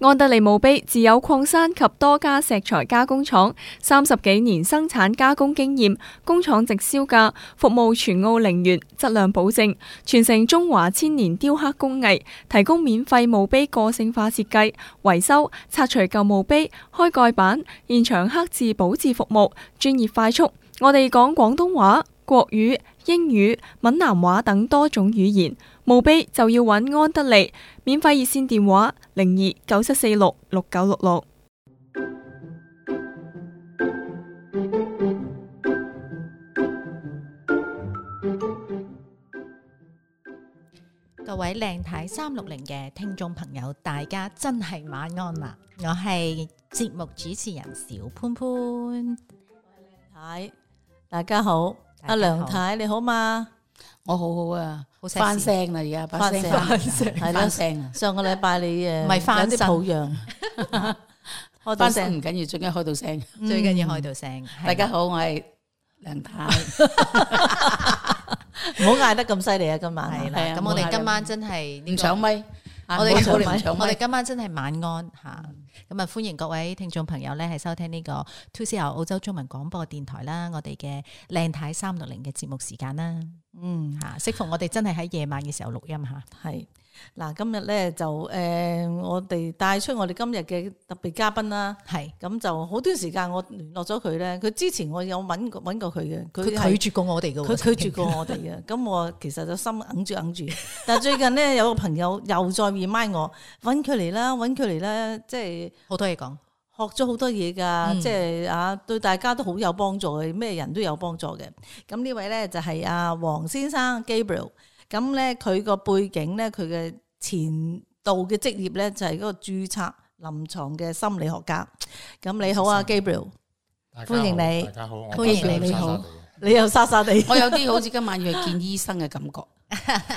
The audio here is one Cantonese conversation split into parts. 安德利墓碑自有礦山及多家石材加工廠三十幾年生產加工經驗，工廠直銷價，服務全澳陵園，質量保證，傳承中華千年雕刻工藝，提供免費墓碑個性化設計、維修、拆除舊墓碑、開蓋板、現場刻字保質服務，專業快速。我哋講廣東話、國語、英語、閩南話等多種語言。墓碑就要揾安德利，免費熱線電話零二九七四六六九六六。各位靚太三六零嘅聽眾朋友，大家真係晚安啦！我係節目主持人小潘潘，太，大家好，大家好阿梁太你好嘛？我好好啊，好 sexy 翻聲啦而家，把聲翻聲係啦翻聲啊，上個禮拜你誒唔係翻有啲身抱 恙，開到翻聲聲唔緊要，最緊要開到聲。最緊要開到聲，係大家好，我係梁 太，唔好嗌得咁犀利啊！今晚係啦。係啊咁我冇哋嗌今晚真係呢唔個搶咪，啊我哋唔好我嘈你唔搶哋咪，今晚真係晚安吓，咁啊歡迎各位聽眾朋友咧係收聽呢個 Two C L 澳洲中文廣播電台啦，我哋嘅靚太三六零嘅節目時間啦，嗯吓適逢我哋真係喺夜晚嘅時候錄音吓，係嗱，今日咧就誒我哋帶出我哋今日嘅特別嘉賓啦。係咁就好短時間我聯絡咗佢咧，佢之前我有揾過揾過佢嘅，佢係佢拒絕啊過我哋嘅喎，佢拒絕過我哋 嘅，咁我其實就心揞住揞住。但係最近咧有個朋友又再 remind 我，揾佢嚟啦，揾佢嚟啦，即係好多嘢講，學咗好多嘢㗎，嗯即係啊對大家都好有幫助嘅，咩人都有幫助嘅。咁呢位咧就係阿黃先生 Gabriel，咁咧佢個背景咧佢嘅前度嘅職業咧就係嗰個註冊臨床嘅心理學家。咁你好嗯啊 Gabriel，大家歡迎好你大家好，我歡迎係你莎莎好嚟嘅嗯你又沙沙地。我有啲好似今晚要去見醫生嘅感覺。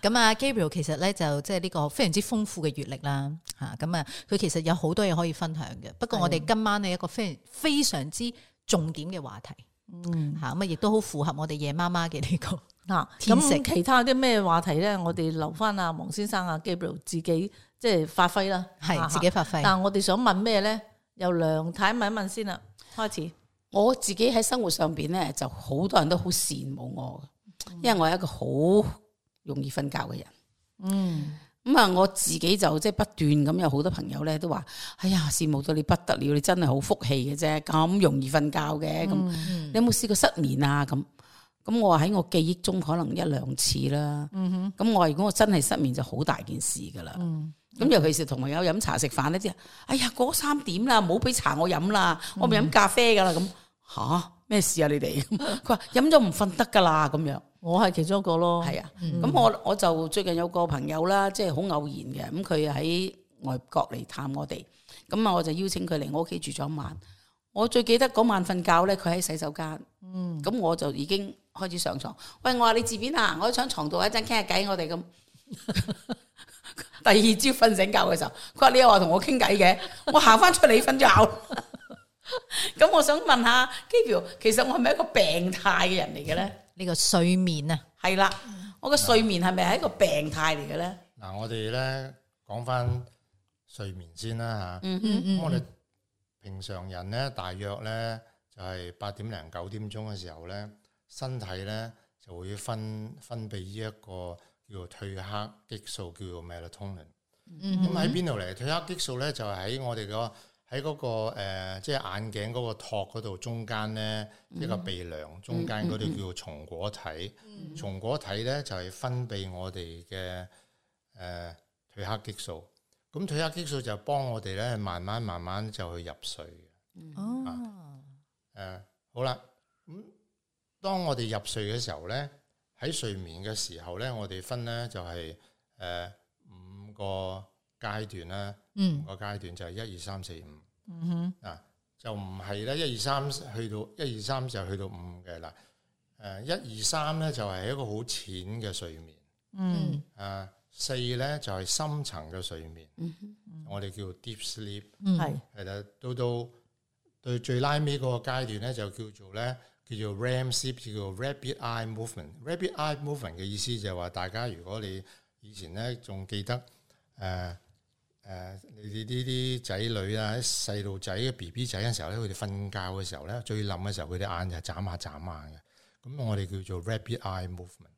咁啊，Gabriel 其實咧就即係呢個非常之豐富嘅閱歷啦，嚇咁啊，佢其實有好多嘢可以分享嘅。不過我哋今晚呢一個非常非常之重點嘅話題嗯嚇，咁啊亦都好符合我哋夜媽媽嘅呢 個。嗱，天性咁其他啲咩話題咧，我哋留翻阿黃先生、阿 Gabriel 自己即係發揮啦，係啊自己發揮但係我哋想問咩咧？由梁太問一問先啦，開始。我自己喺生活上邊咧，就好多人都好羨慕我嘅，因為我係一個好容易瞓覺嘅人。嗯，咁啊，我自己就即係不斷咁有好多朋友咧都話：哎呀，羨慕到你不得了，你真係好福氣嘅啫，咁容易瞓覺嘅咁。嗯你有冇試過失眠啊？咁咁我話喺我記憶中可能一兩次啦。咁、我話如果我真係失眠就好大件事噶啦。咁、尤其是同朋友飲茶食飯呢啲人，哎呀，過咗三點啦，唔好俾茶我飲啦，我咪飲咖啡噶啦咁。吓咩事啊？你哋咁佢話飲咗唔瞓得噶啦咁樣。我係其中一個咯。係啊，咁、我我就最近有個朋友啦，即係好偶然嘅，咁佢喺外國嚟探我哋，咁啊我就邀請佢嚟我屋企住咗一晚。我最記得嗰晚瞓覺咧，佢喺洗手間，咁、我就已經開始上床。喂，我話你自便啊，我喺床度一陣傾下偈，我哋咁。 第二朝瞓醒覺嘅時候，佢話你又話同我傾偈嘅，我行翻出嚟瞓覺。咁我想問下 Gabriel，其實我係咪一個病態嘅人嚟嘅咧？呢個睡眠啊，系啦，我嘅睡眠係咪係一個病態嚟嘅咧？嗱，我哋咧講翻睡眠先啦吓。嗯咁我哋平常人咧，大約咧就係八點零九點鐘嘅時候咧，身體咧就會分分泌呢一個叫做褪黑激素，叫做 melatonin。嗯咁喺邊度嚟？褪黑激素咧就係喺我哋個喺嗰個誒，即係眼鏡嗰個托嗰度中間咧，一個鼻梁中間嗰度叫做松果體。松果體咧就係分泌我哋嘅誒褪黑激素。咁褪黑激素就幫我哋咧慢慢慢慢就去入睡嘅。啊哦，誒、好啦，咁、當我哋入睡嘅時候咧，喺睡眠嘅時候咧，我哋分咧就係、誒、五個階段啦，嗯五個階段就係一二三四五，嗯哼，啊就唔係咧一二三去到一二三就去到五嘅啦，誒一二三咧就係、一個好淺嘅睡眠，嗯啊四咧就係、深層嘅睡眠，我哋叫 deep sleep。嗯係係啦，到到對最拉尾嗰個階段咧，就叫做咧叫做 REM sleep，叫做 rapid eye movement。rapid eye movement 嘅意思就係話，大家如果你以前咧仲記得誒誒、誒你哋呢啲仔女啊，細路仔嘅 B B 仔嘅時候咧，佢哋瞓覺嘅時候咧，最冧嘅時候，佢哋眼就係眨下眨眼嘅。咁我哋叫做 rapid eye movement。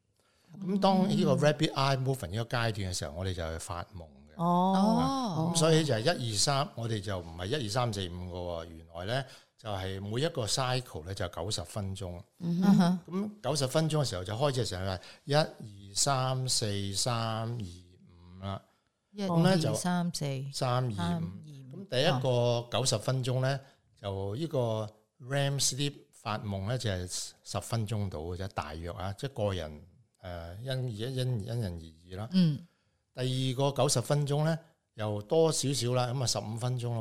咁當呢個 rapid eye movement 呢個階段嘅時候，我哋就係發夢嘅。哦，哦咁，所以就係一二三，我哋就唔係一二三四五個喎。原來咧就係每一個 cycle 咧就九十分鐘。嗯哼咁九十分鐘嘅時候就開始嘅時候係一二三四三二五啦，一咁咧就二三四三二三二五。五咁第一個九十分鐘咧，就呢個 REM sleep 發夢咧，就係十分鐘到嘅啫，大約啊，即係個人誒、呃因而因因因人而異啦。嗯第二個九十分鐘咧，又多少少啦，咁啊十五分鐘啦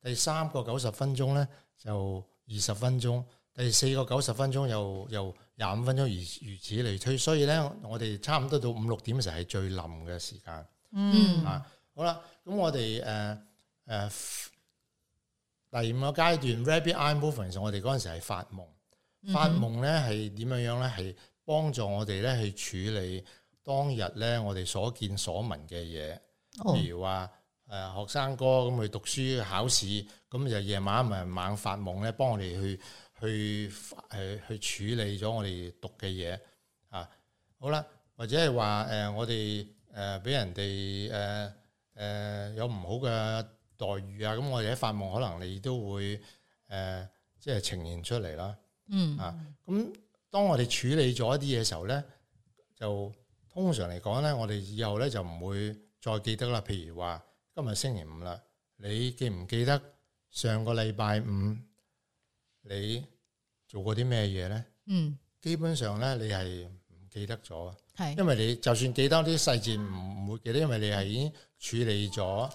喎。第三個九十分鐘咧，就二十分鐘。第四個九十分鐘又又廿五分鐘，如如此類推。所以咧，我哋差唔多到五六點嘅時候係最冧嘅時間。嗯啊，好啦，咁我哋誒誒第五個階段 rapid eye movement，其實我哋嗰陣時係發夢，發夢咧係點樣樣咧？係幫助我哋咧去處理當日咧我哋所見所聞嘅嘢，哦譬如話。呃誒學生哥咁去讀書考試，咁就夜晚咪猛發夢咧，幫我哋去去誒去處理咗我哋讀嘅嘢啊。好啦，或者係話誒我哋誒俾人哋誒誒有唔好嘅待遇啊，咁我哋喺發夢可能你都會誒、呃即係呈現出嚟啦。嗯啊，咁當我哋處理咗一啲嘢嘅時候咧，就通常嚟講咧，我哋以後咧就唔會再記得啦。譬如話今日星期五啦，你記唔記得上個禮拜五你做過啲咩嘢咧？嗯基本上咧，你係唔記得咗，係因為你就算記得啲細節唔唔會記得，因為你係已經處理咗誒、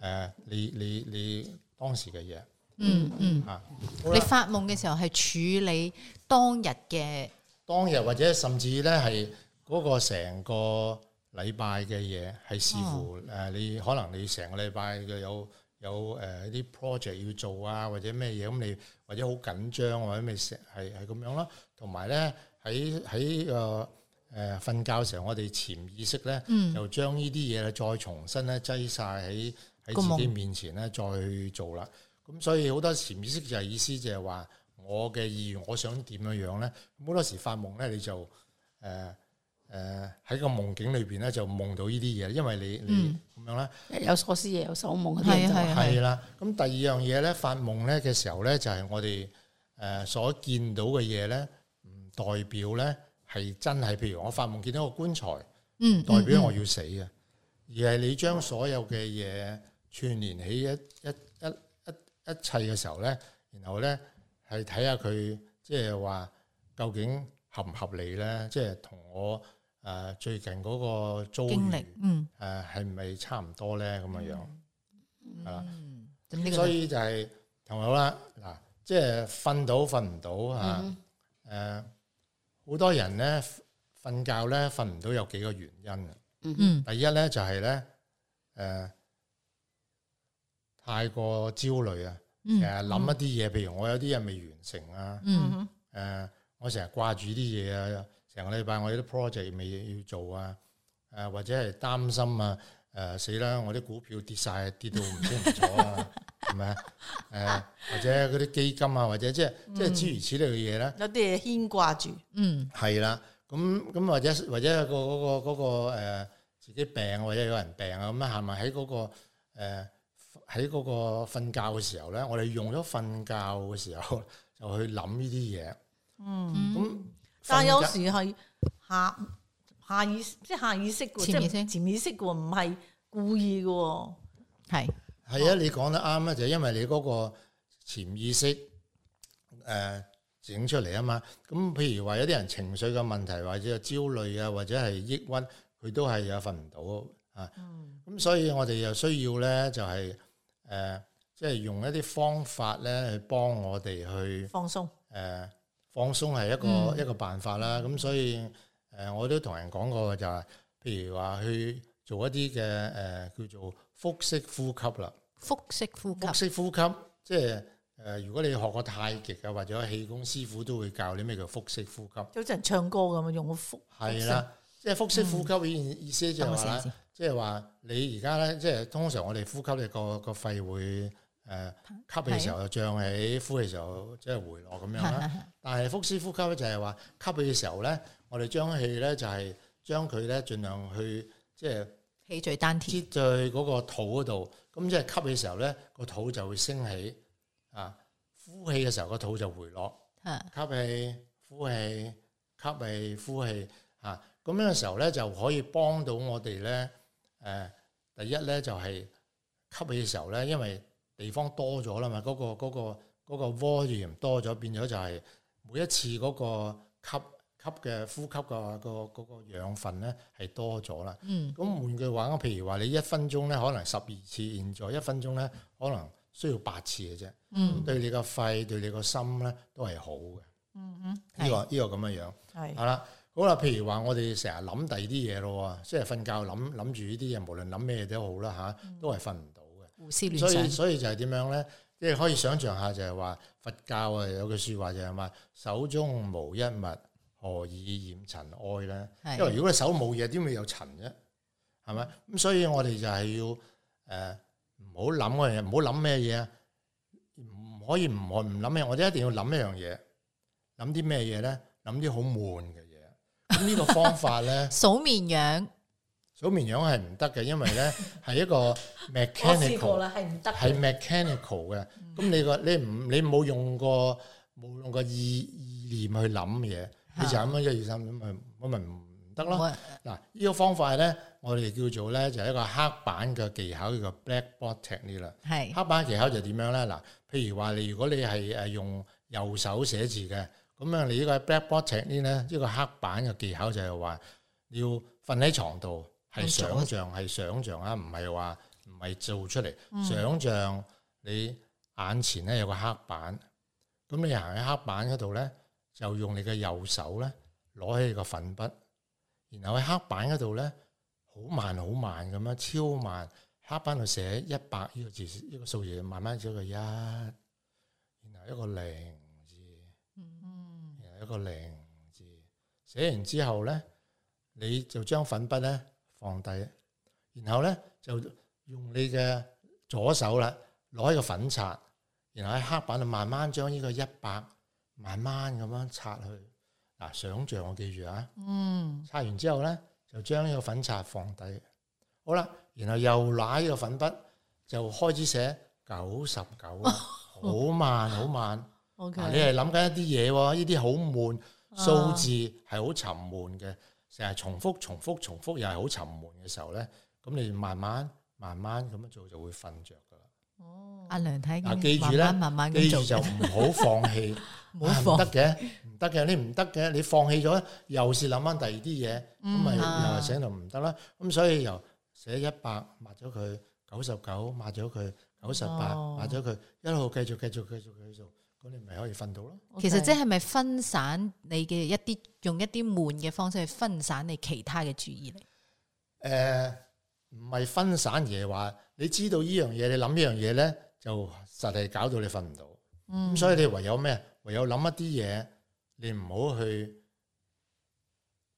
呃你你你當時嘅嘢嗯嗯，啊。好你啦發夢嘅時候係處理當日嘅當日或者甚至咧係嗰個成個禮拜嘅嘢，係視乎嗯誒你可能你成個禮拜嘅有有誒啲 project 要做啊，或者咩嘢咁你或者好緊張啊或者咩成係係咁樣啦。同埋咧喺喺個誒瞓覺嘅時候，我哋潛意識咧、嗯就將呢啲嘢咧再重新咧擠晒喺個喺夢自己面前咧再去做啦。咁所以好多潛意識就係意思就係話我嘅意願，我想點樣樣咧？咁好多時發夢咧，你就誒誒喺個夢境裏邊咧就夢到呢啲嘢，因為你你咁樣啦，有所思夜有所夢嗰啲人嗯係就話啊係啦。咁第二樣嘢咧，發夢咧嘅時候咧，就係我哋誒所見到嘅嘢咧，唔代表咧係真係。譬如我發夢見到個棺材。嗯代表我要死嘅，而係你將所有嘅嘢串連起一一一一一切嘅時候咧，然後咧係睇下佢即係話究竟合唔合理咧，即係同我誒、呃最近嗰個遭經遇歷，嗯誒係咪差唔多咧咁嘅樣？係啦嗯，咁呢個所以就係同好啦，嗱，即係瞓到瞓唔到啊嗯嚇，誒好、多人咧瞓覺咧瞓唔到有幾個原因啊嘅。嗯第一咧就係咧，誒太過焦慮啊，嗯成日諗一啲嘢，譬如我有啲嘢未完成啊，嗯誒我成日掛住啲嘢啊，成個禮拜我有啲 project 未要做啊，誒或者係擔心啊，誒死啦，我啲股票跌晒，跌到唔清唔楚啊，係咪啊？誒或者嗰啲基金啊，或者即係即係諸如此類嘅嘢咧。有啲嘢牽掛住，嗯係啦，咁咁或者或者個嗰個嗰個誒自己病或者有人病啊咁啊，係咪喺嗰個誒喺嗰個瞓覺嘅時候咧，我哋用咗瞓覺嘅時候 就去諗呢啲嘢。嗯，咁但係有瞓覺時係下下意即係下意識嘅，即潛意係識潛意識嘅喎，唔係故意嘅喎，係係啊，你講得啱啊，就係因為你嗰個潛意識誒整、出嚟啊嘛。咁譬如話有啲人情緒嘅問題，或者有焦慮啊，或者係抑鬱，佢都係有瞓唔到啊。咁、所以我哋又需要咧，就係、誒，即、係、用一啲方法咧，去幫我哋去。放鬆，誒、放鬆係一個、一個辦法啦。咁所以誒、我都同人講過就係、譬如話去做一啲嘅誒叫做腹式呼吸啦。腹式呼腹吸，式呼吸即係誒、如果你學過太極啊，或者氣功師傅都會教你咩叫腹式呼吸。就好似人唱歌咁啊，用個腹係啦，即係腹式呼吸啊嘅意意思就等我係話寫咧，啊先。即係話你而家咧，即係通常我哋呼吸你個個肺會誒、呃吸氣嘅時候就漲起，呼氣嘅時候即係回落咁樣啦。但係腹式呼吸咧就係話吸氣嘅時候咧，我哋將氣咧就係將佢咧盡量去即係 氣聚丹田，擠在嗰個肚嗰度，咁即係吸氣嘅時候咧個肚就會升起啊，呼氣嘅時候個肚就回落。嚇吸氣、呼氣、吸氣、呼氣啊，咁樣嘅時候咧就可以幫到我哋咧。誒、第一咧就係、吸氣嘅時候咧，因為地方多咗啦嘛，嗰、個嗰、個嗰、個 volume 多咗，變咗就係每一次嗰個吸吸嘅呼吸嘅個嗰個養分咧係多咗啦。嗯，咁換句話，譬如話你一分鐘咧，可能十二次，現在一分鐘咧，可能需要八次嘅啫。嗯，對你個肺、對你個心咧都係好嘅。嗯呢、個呢、個咁樣樣，嗯哼，系好啦，好啦，譬如話我哋成日諗第二啲嘢咯喎，即係瞓覺諗諗住呢啲嘢，無論諗咩都好啦吓、都係瞓唔到嘅。胡思嗯亂所以想，所以就係點樣咧？即係可以想象下就係話佛教啊有句説話就係話手中無一物，何以染塵埃咧？因為係，如果你手冇嘢，點會有塵啫？係咪？咁所以我哋就係要誒唔好諗嗰樣嘢，唔好諗咩嘢啊！唔可以唔可唔諗咩？我哋一定要諗一樣嘢，諗啲咩嘢咧？諗啲好悶嘅嘢。咁呢個 方法咧數綿羊，數綿羊係唔得嘅，因為咧係一個我試過 mechanical 啦，係唔得係嘅， mechanical 嘅。咁你個你唔你冇用過冇用過意意念去諗嘢，你就咁樣一二三咁咪咁咪唔得咯。我嗱，呢個方法咧，我哋叫做咧就係一個黑板嘅技巧，叫做 blackboard technique 啦。係黑板技巧就點樣咧？嗱，譬如話你如果你係誒用右手寫字嘅，咁樣你呢個 blackboard technique 咧，呢個黑板嘅技巧就係話你要瞓喺床度，係用左想像係想像啊，唔係話唔係做出嚟，想像你眼前咧有個黑板，咁你行喺黑板嗰度咧，就用你嘅右手咧攞起個粉筆。然後喺黑板嗰度咧，好慢好慢咁樣，超慢黑板度寫一百呢個字呢個數字，慢慢寫個一，然後一個零字，嗯然後一個零字，寫完之後咧，你就將粉筆咧放低，然後咧就用你嘅左手啦，攞一個粉刷，然後喺黑板度慢慢將呢個一百慢慢咁樣擦去。嗱，想像我記住啊！嗯，擦完之後咧，就將呢個粉刷放低。好啦，然後又拿呢個粉筆，就開始寫九十九，好慢好慢。 o 嗱你 k 係諗緊一啲嘢喎，呢啲好悶，數字係好沉悶嘅，成日重複重複重複，又係好沉悶嘅時候咧，咁你慢慢慢慢咁樣做就會瞓着噶啦。阿梁睇嗱記住見，咧慢慢慢慢咁記住做就緊，唔好放棄。 唔啊好放唔得。嘅，唔得嘅，你唔得嘅，你放棄咗，又是諗翻第二啲嘢，咁嗯咪又係醒到唔得啦。咁所以由寫一百抹咗佢，九十九抹咗佢，九十八哦抹咗佢，一路繼續繼續繼續繼續，咁你咪可以瞓到咯。其實即係咪分散你嘅一啲用一啲悶嘅方式去分散你其他嘅注意力？誒，唔係分散而係話，你知道呢樣嘢，你諗呢樣嘢咧，就實係搞到你瞓唔到。嗯咁所以你唯有咩？唯有諗一啲嘢，你唔好去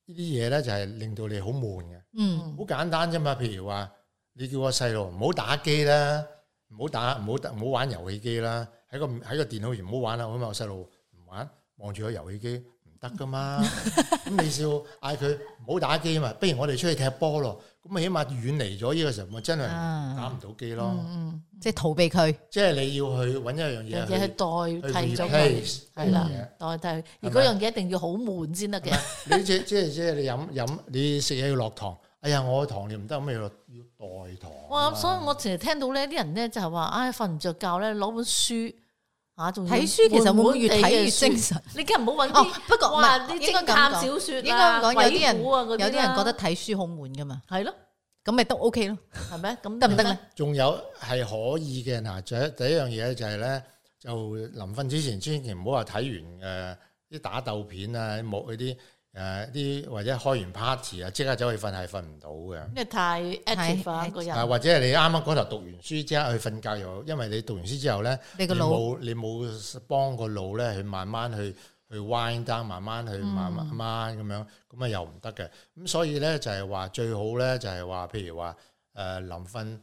呢啲嘢咧，就係令到你好悶嘅。嗯，好簡單啫嘛。譬如話，你叫個細路唔好打機啦，唔好打，唔好打唔好玩遊戲機啦，喺個喺個電腦前唔好玩啦。咁啊，我細路唔玩，望住個遊戲機唔得 噶嘛。咁你笑嗌佢唔好打機嘛，不如我哋出去踢波咯。咁起碼遠離咗呢個時候，咪真係打唔啊，到機嗯咯。即係逃避佢，即係你要去揾一樣樣嘢嘢去係啊代替去咗 replace 佢，係啦呢，代替。而嗰樣嘢一定要好悶先得嘅，你即即係即係你飲飲，你食嘢要落糖。哎呀，我糖尿唔得，咁咪要要代糖啊嘛。哇！所以我成日聽到呢啲人咧就係話，唉，瞓唔着覺咧，攞本書啊，仲要睇書其實會唔會越睇越悶悶地嘅書精神？你梗係唔好 揾哦啲，不過唔哇係啲應該偵咁探講小説應該啦咁講，有啲人鬼故啊嗰有啲啲人啦覺得睇書好悶噶嘛，係咯，咁咪都 OK 咯，係咪咁得唔得咧？？仲有係可以嘅嗱，就第一樣嘢就係咧，就臨瞓之前千祈唔好話睇完呃誒啲打鬥片啊，冇嗰啲誒啲或者開完 party 啊，即刻走去瞓係瞓唔到嘅。因為太 active 啊個啊，人，或者係你啱啱嗰頭讀完書之後去瞓覺又，因為你讀完書之後咧，你個你腦冇你冇幫個腦咧去慢慢去去 wind down，慢慢去慢慢慢咁樣，咁啊又唔得嘅。咁所以咧就係話最好咧就係話，譬如話誒臨瞓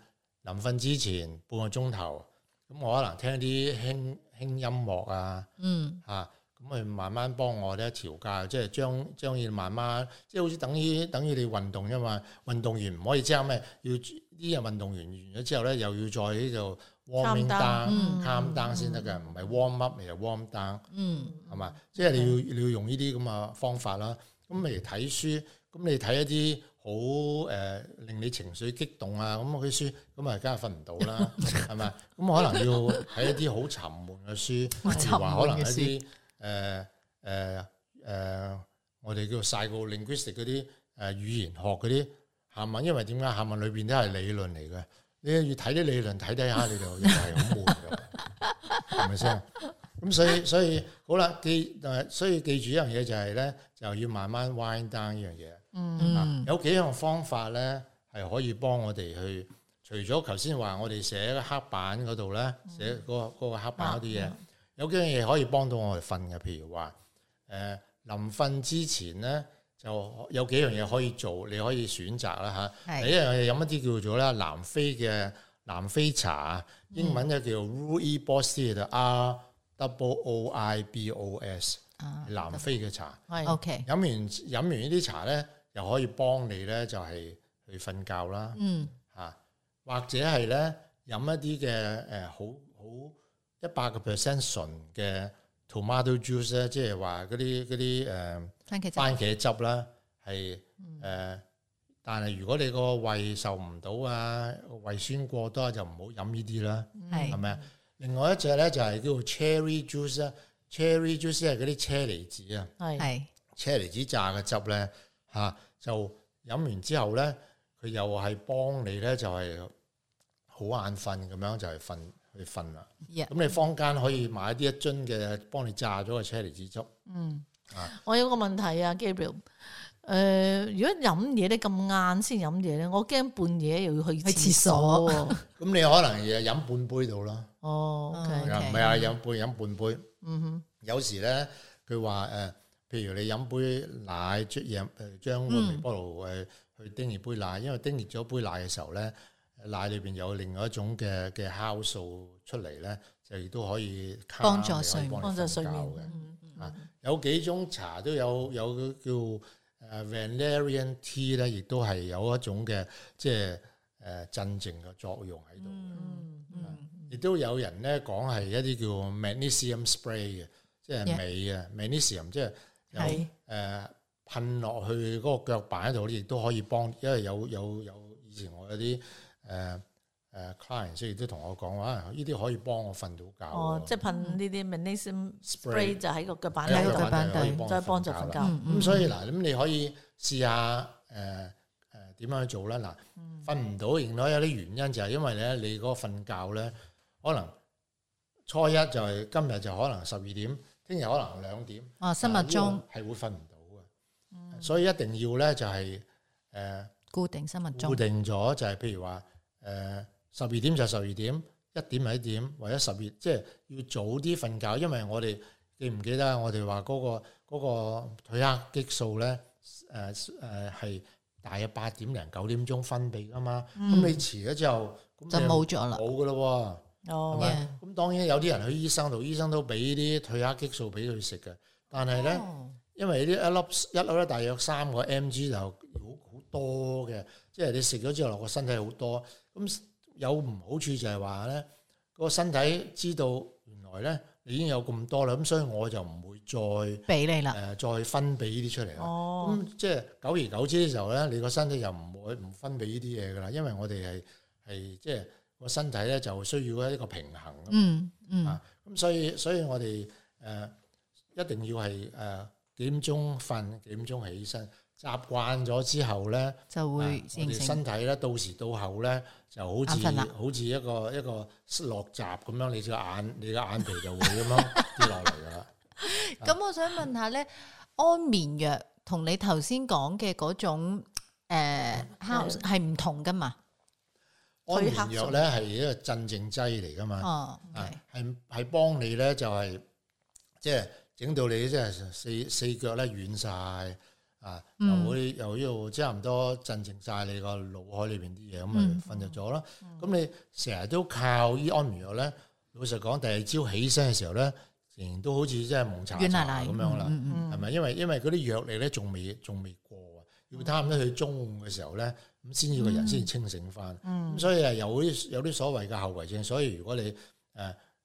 臨瞓之前半個鐘頭，咁我可能聽啲輕輕音樂啊。嗯，啊，咁咪慢慢幫我咧調教，即係將將要慢慢，即係好似等於等於你運動啫嘛。運動員唔可以即刻咩，要呢人運動員完咗之後咧，又要再喺度 warming Calm down， down、嗯 calm down 先得嘅，唔係 warm up 咪就 warm down 嗯，係嘛？即係你要你要用呢啲咁嘅方法啦。咁譬如睇書，咁你睇一啲好誒令你情緒激動啊，咁嗰啲書，咁啊梗係瞓唔到啦，係咪？咁可能要睇一啲好沉悶嘅 書。我譬沉如話可能悶一嘅事，啲誒誒誒，我哋叫 psycholinguistic 嗰啲誒、呃、語言學嗰啲下文，因為點解下文裏邊都係理論嚟嘅，你越睇啲理論睇睇下，你就又係好悶嘅，係咪先？咁所以所以好啦，記誒，所以記住一樣嘢就係咧，就要慢慢 wind down 呢樣嘢。啊嗯，有幾樣方法咧係可以幫我哋去，除咗頭先話我哋寫個黑板嗰度咧，嗯寫嗰、個嗰個黑板嗰啊啲嘢，有幾樣嘢可以幫到我哋瞓嘅，譬如話誒臨瞓之前咧，就有幾樣嘢可以做，你可以選擇啦嚇。第一係，樣嘢飲一啲叫做咧南非嘅南非茶，英文咧叫 Rooibos 就 R W O I B O S，啊南非嘅茶。係，OK，飲完飲完呢啲茶咧，又可以幫你咧就係去瞓覺啦嗯，嚇、或者係咧飲一啲嘅誒好好一百個 percent 純嘅 tomato juice 咧，即係話嗰啲嗰啲誒番茄汁，嗯番茄汁啦，係誒、呃但係如果你個胃受唔到啊，胃酸過多就唔好飲呢啲啦。Ừ. 係係，咪啊？另外一隻咧就係叫做 cherry juice 啦，cherry juice 係嗰啲車厘子啊。係係，車厘子榨嘅汁咧嚇、就飲完之後咧，佢又係幫你咧就係、好眼瞓咁樣就係瞓去瞓啦。 Yeah 咁你坊間可以買啲一樽嘅幫你榨咗嘅車厘子汁，Ừ. 我有個問題啊，Gabriel。誒、Ờ, 如果飲嘢咧咁晏先飲嘢咧，我驚半夜又要去去廁廁所所喎。咁你可能又飲半杯到啦，哦唔，OK，Ừ. 嗯係啊，飲半飲半杯。嗯哼，有時咧佢話誒，譬如你飲杯奶，將飲誒將個微波爐誒去叮熱杯奶，因為叮熱咗杯奶嘅時候咧，奶裏邊有另外一種嘅嘅酵素出嚟咧，就亦都可以卡幫助你可以睡眠幫你幫助瞓睡覺眠。嘅。嗯嗯有幾種茶都有有叫誒 valerian tea 咧，亦都係有一種嘅即係誒鎮靜嘅作用喺度 Ừ. 嘅。嗯 Ừ. 亦都有人咧講係一啲叫 magnesium spray 嘅，即係 Yeah 鎂啊 magnesium，即係有係誒噴落去嗰個腳板嗰度咧，亦都可以幫，因為有有有以前我有啲誒誒 client 亦都同我講話，啊呢啲可以幫我瞓到覺喎。哦，即係噴呢啲 magnesium Spray spray 就喺個腳板喺喺個個腳腳板板度可以度幫再幫助助瞓瞓覺覺。啦。嗯咁所以嗱，咁你可以試下誒誒點樣去做啦。嗯嗱，瞓唔到，原來有啲原因就係因為咧，你嗰個瞓覺咧，可能初一就係今日就可能十二點，聽日可能兩點。哦，生物鐘嗯嗱呢個係會瞓唔到嘅，所以一定要咧就係呃誒固定生物固鐘，定咗，就係譬如話誒十二點就十二點，一點係一點，或者十二即係要早啲瞓覺，因為我哋記唔記得啊我哋話嗰個嗰個褪黑激素咧誒誒係大約八點零九點鐘分泌噶嘛，咁你遲咗之後咁嗯就你冇咗啦。冇噶咯喎。係哦，咪？咁當然有啲人去醫生度，醫生都俾啲褪黑激素俾佢食嘅，但係咧，哦因為呢一粒一粒咧，大約三個 mg 就好好多嘅，即係你食咗之後，個身體好多。咁有唔好處就係話咧，個身體知道原來咧你已經有咁多啦，咁所以我就唔會再誒、俾你啦，呃再分泌呢啲出嚟啦。哦，咁即係久而久之嘅時候咧，你個身體就唔會唔分泌呢啲嘢噶啦，因為我哋係係即係個身體咧就需要一個平衡㗎嘛。嗯嗯啊，咁所以所以我哋誒、呃一定要係誒、呃、幾點鐘瞓，幾點鐘起身，習慣咗之後咧，就啊會我形哋成身體咧到時到後咧就好似眼瞓啦好似一個一個落閘咁樣，你隻眼你個眼皮就會咁樣跌落嚟噶啦。咁我想問下咧，安眠藥同你頭先講嘅嗰種誒酵素係唔同噶嘛？安褪黑眠藥咧係一個鎮靜劑嚟噶嘛。哦，啊，係係幫你咧就係即係整到你真係四四腳咧軟晒啊，嗯又會又要差唔多鎮靜晒你個腦海裏邊啲嘢，咁嗯咪瞓着咗啦。咁、你成日都靠依安眠藥咧，老實講，第二朝起身嘅時候咧，仍然都好似真係蒙查軟查奶奶咁樣啦。嗯嗯嗯係咪？因為因為嗰啲藥力咧仲未仲未過啊，要差唔多去中午嘅時候咧，咁先至個人先至清醒翻。咁、所以係有啲有啲所謂嘅後遺症。所以如果你誒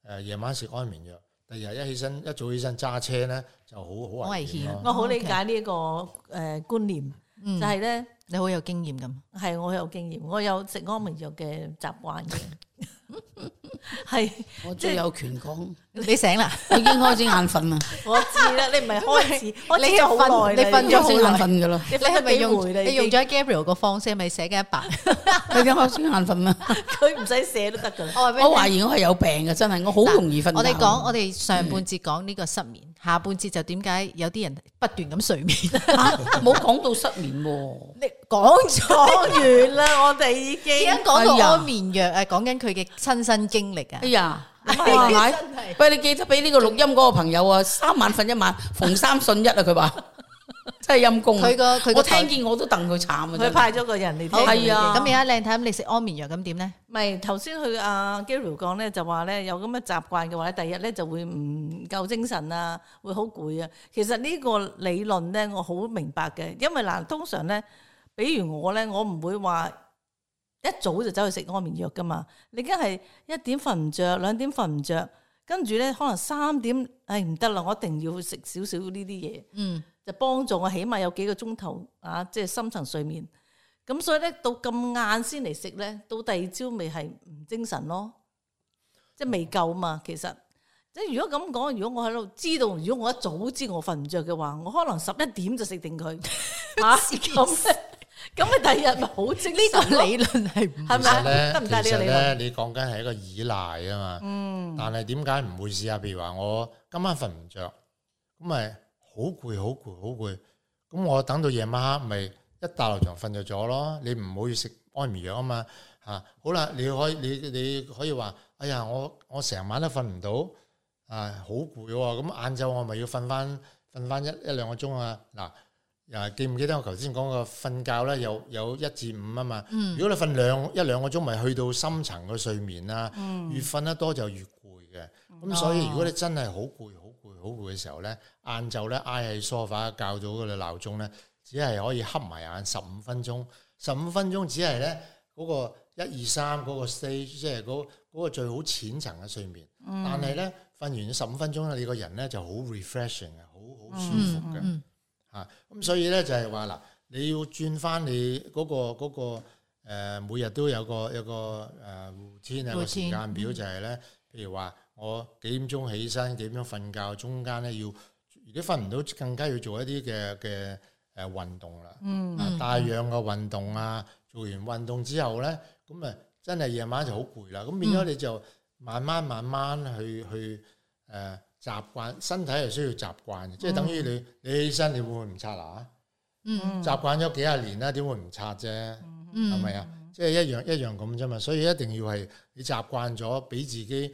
誒夜晚食安眠藥，第二日一起身一早起身揸車咧，就好好好危危險險咯。我好理解呢一個誒觀念，嗯就係咧你好有經驗咁， 係我有經驗，我有食安眠藥嘅習慣 嘅，係我最有權講，你醒啦，我已經開始眼 瞓啦，我知啦，你唔係開始，我知你咗好瞓耐你啦，瞓咗已我經開好始眼耐瞓噶啦，你你瞓係咗咪幾用回啦？你用咗 Gabriel 個方式，係咪寫緊一百？你哋開始眼瞓啦。 佢唔使寫都得㗎啦。我我懷懷疑我係有病嘅，真係我好容易瞓覺。我哋講， 我哋上半節講呢個失眠，下半節就點解有啲人不斷咁睡眠？嚇啊冇講到失眠喎。 你講咗，講完啦，我哋 已而經家講到哎呀安眠藥，誒，講緊佢嘅親身經歷啊哎。呀，哎呀係咪真係喂，你記得俾呢個錄音嗰個朋友啊，三晚瞓一晚，逢三信一啊， 佢話真係陰公啊。佢個佢個我聽見我都戥佢慘啊，佢真係派咗個人嚟聽好我哋係啊咁而家靚太，咁你食安眠藥咁點咧？咪頭先佢阿 Gary 講咧，就話咧有咁嘅習慣嘅話咧，第日咧就會唔夠精神啊，會好攰啊。其實呢個理論咧，我好明白嘅，因為嗱，通常咧，比如我咧，我唔會話一早就走去食安眠藥噶嘛。你梗係一點瞓唔着，兩點瞓唔着，跟住咧可能三點，唉唔得啦，我一定要食少少呢啲嘢。嗯， 就幫助我起碼有幾個鐘頭啊，即係深層睡眠。咁所以咧，到咁晏先嚟食咧，到第二朝咪係唔精神咯，即係未夠嘛。其實即係如果咁講，如果我喺度知道，如果我一早知我瞓唔着嘅話，我可能十一點就食定佢嚇咁呢咁咪第二日咪好精呢 個神咯，理論係唔其係咪實啊？咧得，唔得其呢個實理咧，論？你講緊係一個依賴啊嘛。嗯，但係點解唔會試下？譬如話我今晚瞓唔着，咁咪好攰、好攰、好攰。咁我等到夜晚黑，咪一笪落床瞓着咗咯。你唔好要食安眠藥啊嘛嚇、好啦，你可以你你可以話：哎呀，我我成晚都瞓唔到啊，好攰喎。咁晏晝我咪要瞓翻瞓翻一一兩個鐘啊。嗱、又係記唔記得我頭先講個瞓覺咧，有有一至五啊嘛。如果你瞓兩一兩個鐘，咪去到深層嘅睡眠啦。越瞓得多就越攰嘅。咁所以如果你真係好攰、好攰、好攰嘅時候咧，晏晝咧挨喺 sofa 校到嗰個鬧鐘咧，只係可以瞌埋眼十五分鐘。十五分鐘只係咧嗰個一二三嗰個 stage，即係嗰嗰個最好淺層嘅睡眠。嗯但係咧瞓完十五分鐘咧，你個人咧就好 refreshing 嘅，好好舒服嘅。嗯啊，咁所以咧就係話嗱，你要轉翻你嗰、個嗰、個、呃、每日都有個有個誒 routine 啊 routine，個嗯時間表就係咧，譬如話我幾點鐘起身，幾點鐘瞓覺，中間咧要如果瞓唔到，更加要做一啲嘅嘅誒運動啦，嗯啊帶氧嘅運動啊，做完運動之後咧，咁啊真係夜晚就好攰啦，咁嗯變咗你就慢慢慢慢去去。誒、習慣，身體係需要習慣嘅，即係等於你你起身，你會唔會唔刷牙？ừ, 嗯習慣咗幾廿年啦，點會唔刷啫？嗯，係咪啊？即係一樣一樣咁啫嘛，所以一定要係你習慣咗，俾自己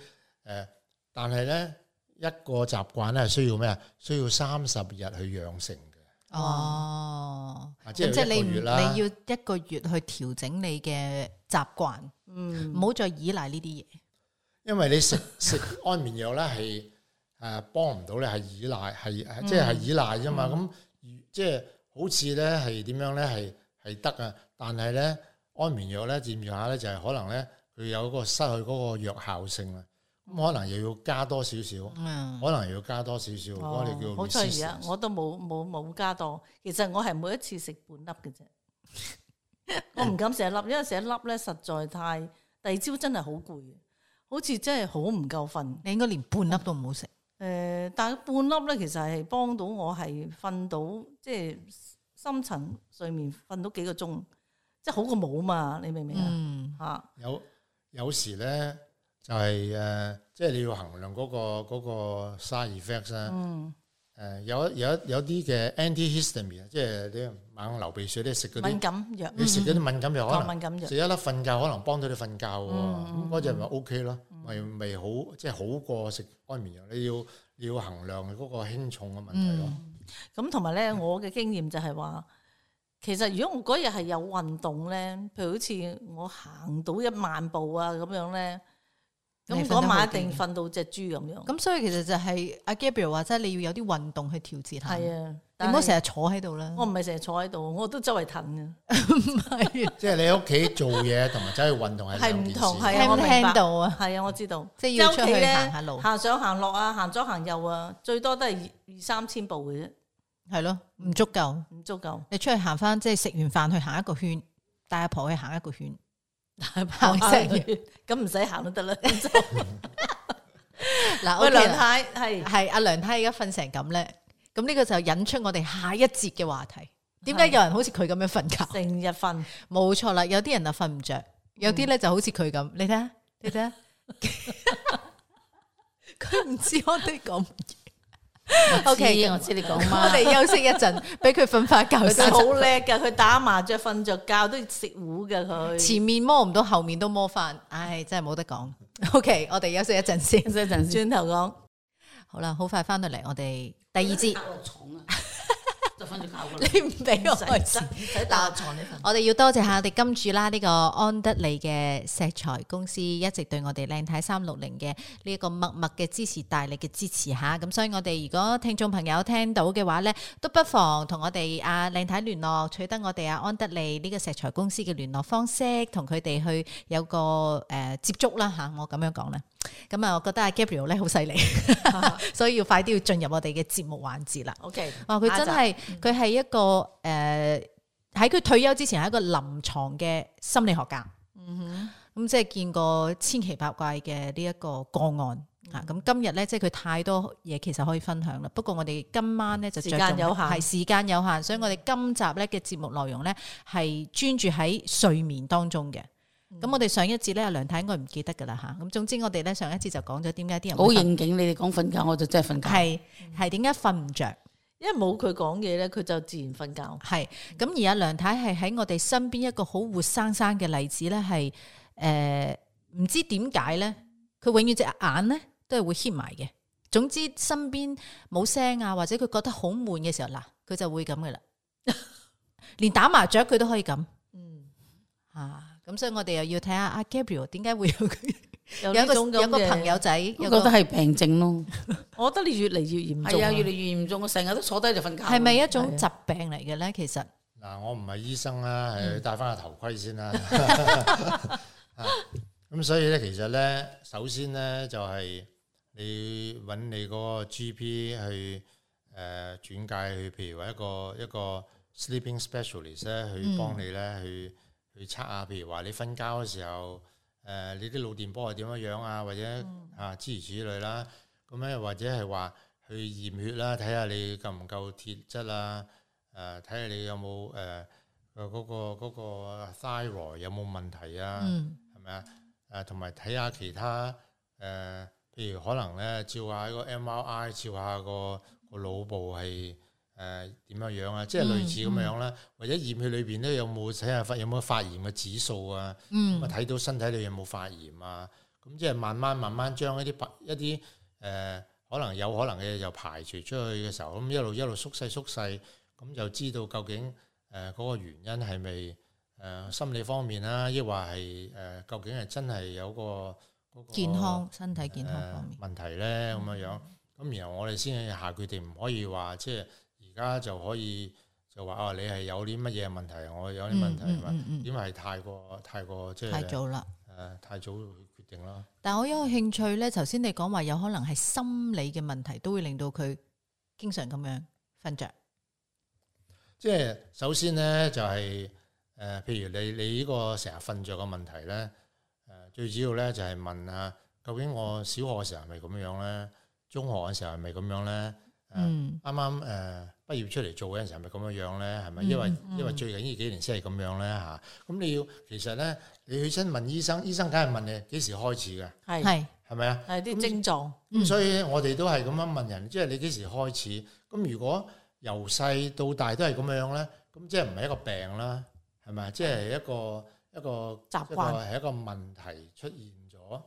誒、但係咧一個習慣咧係需要咩啊？需要三十日去養成嘅，Ờ. 哦，啊即咁係即係你一唔個月啦你要一個月去調整你嘅習慣，嗯唔好再依賴呢啲嘢。因為你食 食安眠藥咧係誒幫唔到你，係依賴係係嗯即係依賴啫嘛。咁、即係好似咧係點樣咧係係得啊，但係咧安眠藥咧佔住下咧就係可能咧佢有個失去嗰個藥效性啦。咁可能又要加多少少，嗯，可能又要加多少少，哦嗰個叫好彩而家 resistance 我都冇冇冇加多，其實我係每一次食半粒嘅啫， 我唔敢食一粒，因為食一粒咧實在太，第二朝真係好攰，好似真係好唔夠瞓。你應該連半粒都唔好食。诶、但係半粒咧其實係幫到我係瞓到即係深層睡眠，瞓到幾個鐘，即係好過冇嘛，你明唔明啊？嗯，吓、有有時咧就係、誒，即係你要衡量嗰、個嗰、個 side effects 啊啦。嗯，誒、有有有啲嘅 antihistamine，即啊係你猛流鼻水咧食嗰敏啲，感藥，你食嗰啲敏感藥可抗能敏感藥嗯食，一粒瞓覺可能幫到你瞓覺喎，咁嗰只咪 O K 咯，咪咪好即係好過食安眠藥。你要你要衡量佢嗰個輕重嘅問題咯。嗯咁同埋咧，我嘅經驗就係話，其實如果我嗰日係有運動咧，譬如好似我行到一萬步啊咁樣咧，你咁瞓得好嗰晚一啲定瞓到只豬咁樣。咁所以其實就係阿 à, Gabriel 話齋，你要有啲運動去調節下。係啊，你唔好日，成日坐喺度啦。我唔係成日坐喺度，我都周圍騰 嘅。係 即係你喺屋企做嘢同埋走去運動係兩件係唔事。同係聽啊唔我明白聽到啊？係啊，我知道。即係要出去周記呢行下路行上行落啊，行左行右啊，最多都係二二三千步嘅啫， 係咯，唔足夠。唔足夠。你出去行翻，即係食完飯去行一個圈，帶阿婆去行一個圈。行聲嘅咁唔使行都 得啦。嗱，喂， OK à? 啦梁太係係阿梁太而家瞓成咁咧，咁呢個就引出我哋下一節嘅話題。點解係有人好似佢咁樣瞓覺？成日瞓，冇錯啦，有啲人啊瞓唔着，有啲咧就好似佢咁，你睇下，你睇下，佢唔知我哋講乜嘢。O 知 K，我知你講 我乜，哋休息一陣，俾佢瞓翻覺佢先。好叻㗎，佢打麻雀瞓着覺都食糊㗎佢。前面摸唔到，後面都摸翻，唉，真係冇得講。O K，我哋休息一陣先。即係陣時轉頭講， 好啦，好快翻到嚟，我哋第二節， 打落床啊，就瞓咗覺 㗎啦。你唔俾我唔使開始。唔使打床你瞓。我哋要多謝下我哋金主啦，呢、個安德利嘅石材公司一直對我哋靚太三六零嘅呢個默默嘅支持，大力嘅支持下。咁所以我哋如果聽眾朋友聽到嘅話呢，都不妨同我哋啊靚太聯絡，取得我哋啊安德利呢個石材公司嘅聯絡方式，同佢哋去有個誒、呃接觸啦吓。我咁樣講啦，咁啊，我覺得阿 Gabriel 咧好犀利，所以要快啲要進入我哋嘅節目環節啦。 O K，哇！哦佢真係嗯佢係一個诶，喺佢、退休之前係一個臨床嘅心理學家。嗯咁、即係見過千奇百怪嘅呢一個個案啊！嗯咁、今日咧，即係佢太多嘢其實可以分享啦。不過我哋今晚咧就嗯時着間重有限係時間有限，所以我哋今集咧嘅節目內容咧係專注喺睡眠當中嘅。嗯咁我哋上一節咧，阿梁太應該唔記得㗎啦吓。咁總之我哋咧上一節就講咗點解啲人會好瞓應景，你哋講瞓覺我就真係瞓覺。係係點解瞓唔着。因為冇佢講嘢咧，佢就自然瞓覺。系咁而阿梁太係喺我哋身邊一個好活生生嘅例子咧，係诶唔知點解咧，佢永遠隻眼咧都係會 hit 埋嘅。總之身邊冇聲啊，或者佢覺得好悶嘅時候，嗱佢就會咁噶啦。 連打麻雀佢都可以咁嗯，啊，咁所以我哋又要睇下阿 Gabriel 點解會有佢有有一呢個種咁有個嘅朋友，仔，我有覺得個係病症咯，我覺得你越嚟越嚴重係啊。啊，越嚟越嚴重。我成日都坐低就瞓覺。係咪一種係啊疾病嚟嘅咧？其實嗱，我唔係醫生啦，嗯係戴翻個頭盔先啦。啊咁所以咧，其實咧，首先咧就係、你揾你嗰個 GP 去誒、呃、轉介去，譬如話一個一個 sleeping specialist 咧，去幫你咧去去測下，譬如話你瞓覺嘅時候，誒、呃你啲腦電波係點樣樣啊，或者啊諸如此類啦。咁咧或者係話去驗血啦，睇下你夠唔夠鐵質啊。誒睇下你有冇誒誒嗰個嗰、個 thyroid 有冇問題啊？嗯係咪啊？誒同埋睇下其他誒、呃譬如可能咧照下個 MRI，照下個個腦部係誒點樣樣啊？即係類似咁樣啦，或者驗血裏邊咧有冇睇下發有冇發炎嘅指數啊？咁啊嗯睇到身體裏有冇發炎啊？咁即係慢慢慢慢將一啲白一啲誒、呃可能有可能嘅嘢就排除出去嘅時候，咁一路一路縮細縮細，咁就知道究竟誒嗰、個原因係咪誒心理方面啦、抑或係誒究竟係真係有個嗰個健康身體健康誒方面，問題咧咁樣樣。咁然後我哋先去下決定，唔可以話即係而家就可以就話啊，你係有啲乜嘢問題，我有啲問題啊嗯係咪？嗯嗯點係太過太過即嗯係太早啦。誒太早去決定啦。但我有興趣咧，頭先你講話有可能係心理嘅問題，都會令到佢經常咁樣瞓着。啊即係首先咧，就係、呃譬如你你呢個成日瞓着嘅問題咧，誒、最主要咧就係問下究竟我小學嘅時候係咪咁樣咧？中學嘅時候係咪咁樣咧？嗯，啱啱誒畢業出嚟做嗰陣時係咪咁樣樣咧？係咪嗯因為、因為最近呢幾年先係咁樣咧嚇？咁、你要其實咧，你去親問醫生，醫生梗係問你幾時開始嘅，係係係咪啊？係啲症狀，嗯咁所以我哋都係咁樣問人，即係你幾時開始？咁如果由細到大都係咁樣咧，咁即係唔係一個病啦，係咪？即係一個一個習慣一個係一個問題出現咗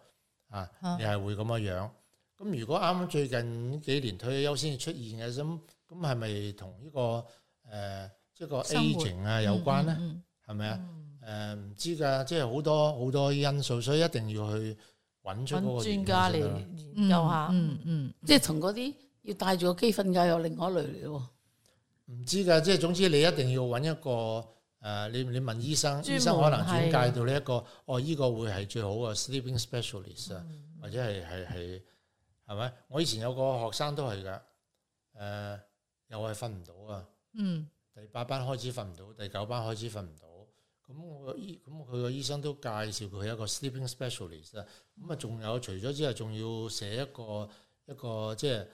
啊啊，你係會咁樣樣。咁如果啱啱最近幾年退休先至出現嘅，咁咁係咪同呢個誒、呃、即係個生活 aging 啊有關咧？嗯係咪啊？誒唔知㗎，即係好多好多因素，所以一定要去揾出嗰個揾原專因家嚟先得啦研 Ừ. 究下。 嗯嗯即係同嗰啲要帶住個機瞓覺有另外一類嚟喎。唔知㗎，即係總之你一定要揾一個誒、呃你你問醫生，專門醫生可能轉係介到呢一個，哦，依、個會係最好嘅 sleeping specialist 啊，嗯或者係係係係咪？我以前有個學生都係㗎，誒、又係瞓唔到啊，嗯第八班開始瞓唔到，第九班開始瞓唔到。咁我個醫咁佢個醫生都介紹佢一個 sleeping specialist 啊。咁啊，仲有除咗之後，仲要寫一個一個即係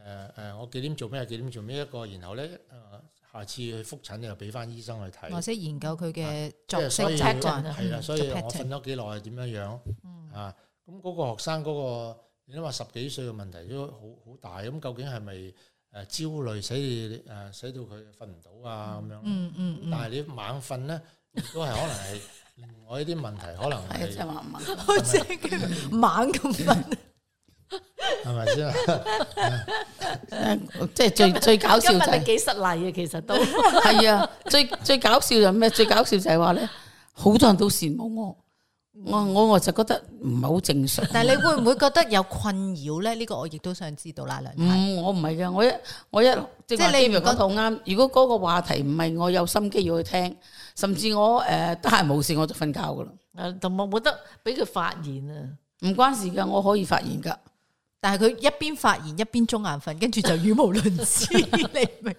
誒誒，我幾點做咩？幾點做咩一個？然後咧誒、呃下次去覆診又俾翻醫生去嗯，或睇。者研究佢嘅即係作息所以 pattern 啊係啦，嗯所做以我 pattern 瞓咗幾耐，點樣樣、嗯啊？咁嗰個學生嗰、個，你諗下十幾歲嘅問題都好好大。咁究竟係咪誒焦慮使你誒使到佢瞓唔到啊？咁樣。嗯嗯嗯，但係你猛瞓咧，亦都係可能係另外一啲問題，可能係啊，真係係話唔係好似佢猛咁瞓，係咪先啊？即係最最搞笑今就日係你幾失禮啊，其實都係啊，最最搞笑就係咩？最搞笑就係話咧，好多人都羨慕我，我我我就覺得唔係好正常。但係你會唔會覺得有困擾咧？呢個我亦都想知道啦，梁太。唔，我唔係嘅，我一我一即係係你你唔覺講到啱。如果嗰個話題唔係我有心機要去聽，甚至我誒得閒冇事我就瞓覺噶啦，啊同埋冇得俾佢發現啊。唔關事噶，我可以發言噶。但係佢一邊發言一邊中眼瞓，跟住就語無倫次，你明？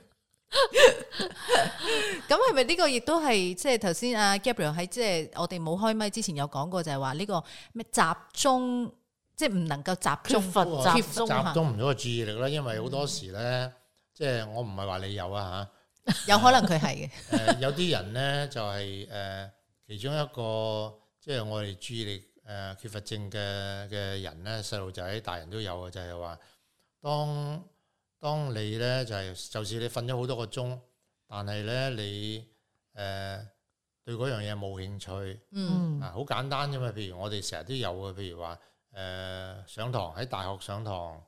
咁係咪呢個亦都係即係頭先阿 Gabriel 喺即係我哋冇開咪之前有講過，就係話呢個咩集中，即係唔能夠集中啊缺 乏集中集中唔到個注意力啦，因為好多時咧，即係我唔係話你有啊有可能佢係嘅，嚇，誒有啲人咧就係誒其中一個，即係我哋注意力誒缺乏症嘅嘅人咧，細路仔、大人都有嘅，就係話當當你咧就係就算你瞓咗好多個鐘，但係咧你誒對嗰樣嘢冇興趣。嗯嗯，啊，好簡單啫嘛。譬如我哋成日都有嘅，譬如話誒、呃上堂喺大學上堂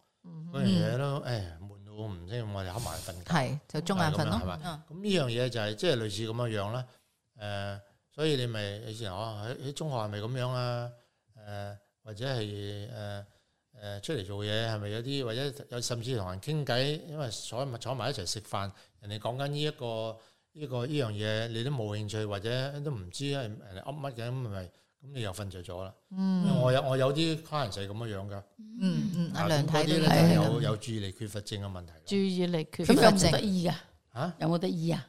嗰樣嘢都誒悶到唔知，我哋瞌埋瞓覺。係就中眼瞓係咁咯啊係，嗯咁呢樣嘢就係即係類似咁嘅樣啦。誒、所以你咪以前哦喺喺中學係咪咁樣啊？誒、或者係誒誒出嚟做嘢係咪有啲或者有甚至同人傾偈，因為坐埋坐埋一齊食飯，人哋講緊呢一個呢、個呢樣嘢，你都冇興趣或者都唔知係人哋噏乜嘅，咁咪咁你又瞓着咗啦。因為我有我有啲 client 係咁樣樣㗎，嗯嗯，阿啊梁咁太嗰都啲係咧就咁有有注意力缺乏症嘅問題啦。注意力缺咁乏症有冇得醫噶？嚇有冇得醫啊？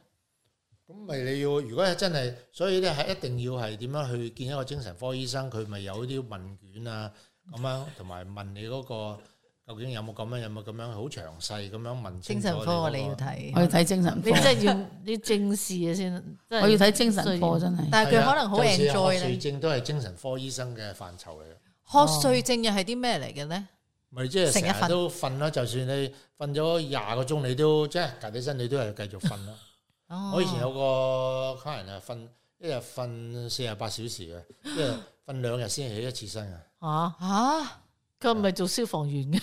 咁咪你要，如果係真係，所以咧係一定要係點樣去見一個精神科醫生，佢咪有啲問卷啊，咁樣同埋問你嗰、個究竟有冇咁樣，有冇咁樣，好詳細咁樣問清精楚神科啊，嗰個你要睇我。要睇精神你科，真係要你正視啊先，我我要睇精神科真係。但係係佢啊可能好就算 enjoy 學睡咧。症都係精神科醫生嘅範疇嚟嘅，瞌睡症又係啲咩嚟嘅咧？咪即係成日成瞓日都瞓啦。就算你瞓咗廿個鐘，你都即係隔起身，你都係繼續瞓啦。 哦我以前有個 client 啊，瞓一日瞓四十八小時嘅，即係瞓兩日先起一次身啊。嚇，啊，佢唔係做消防員嘅，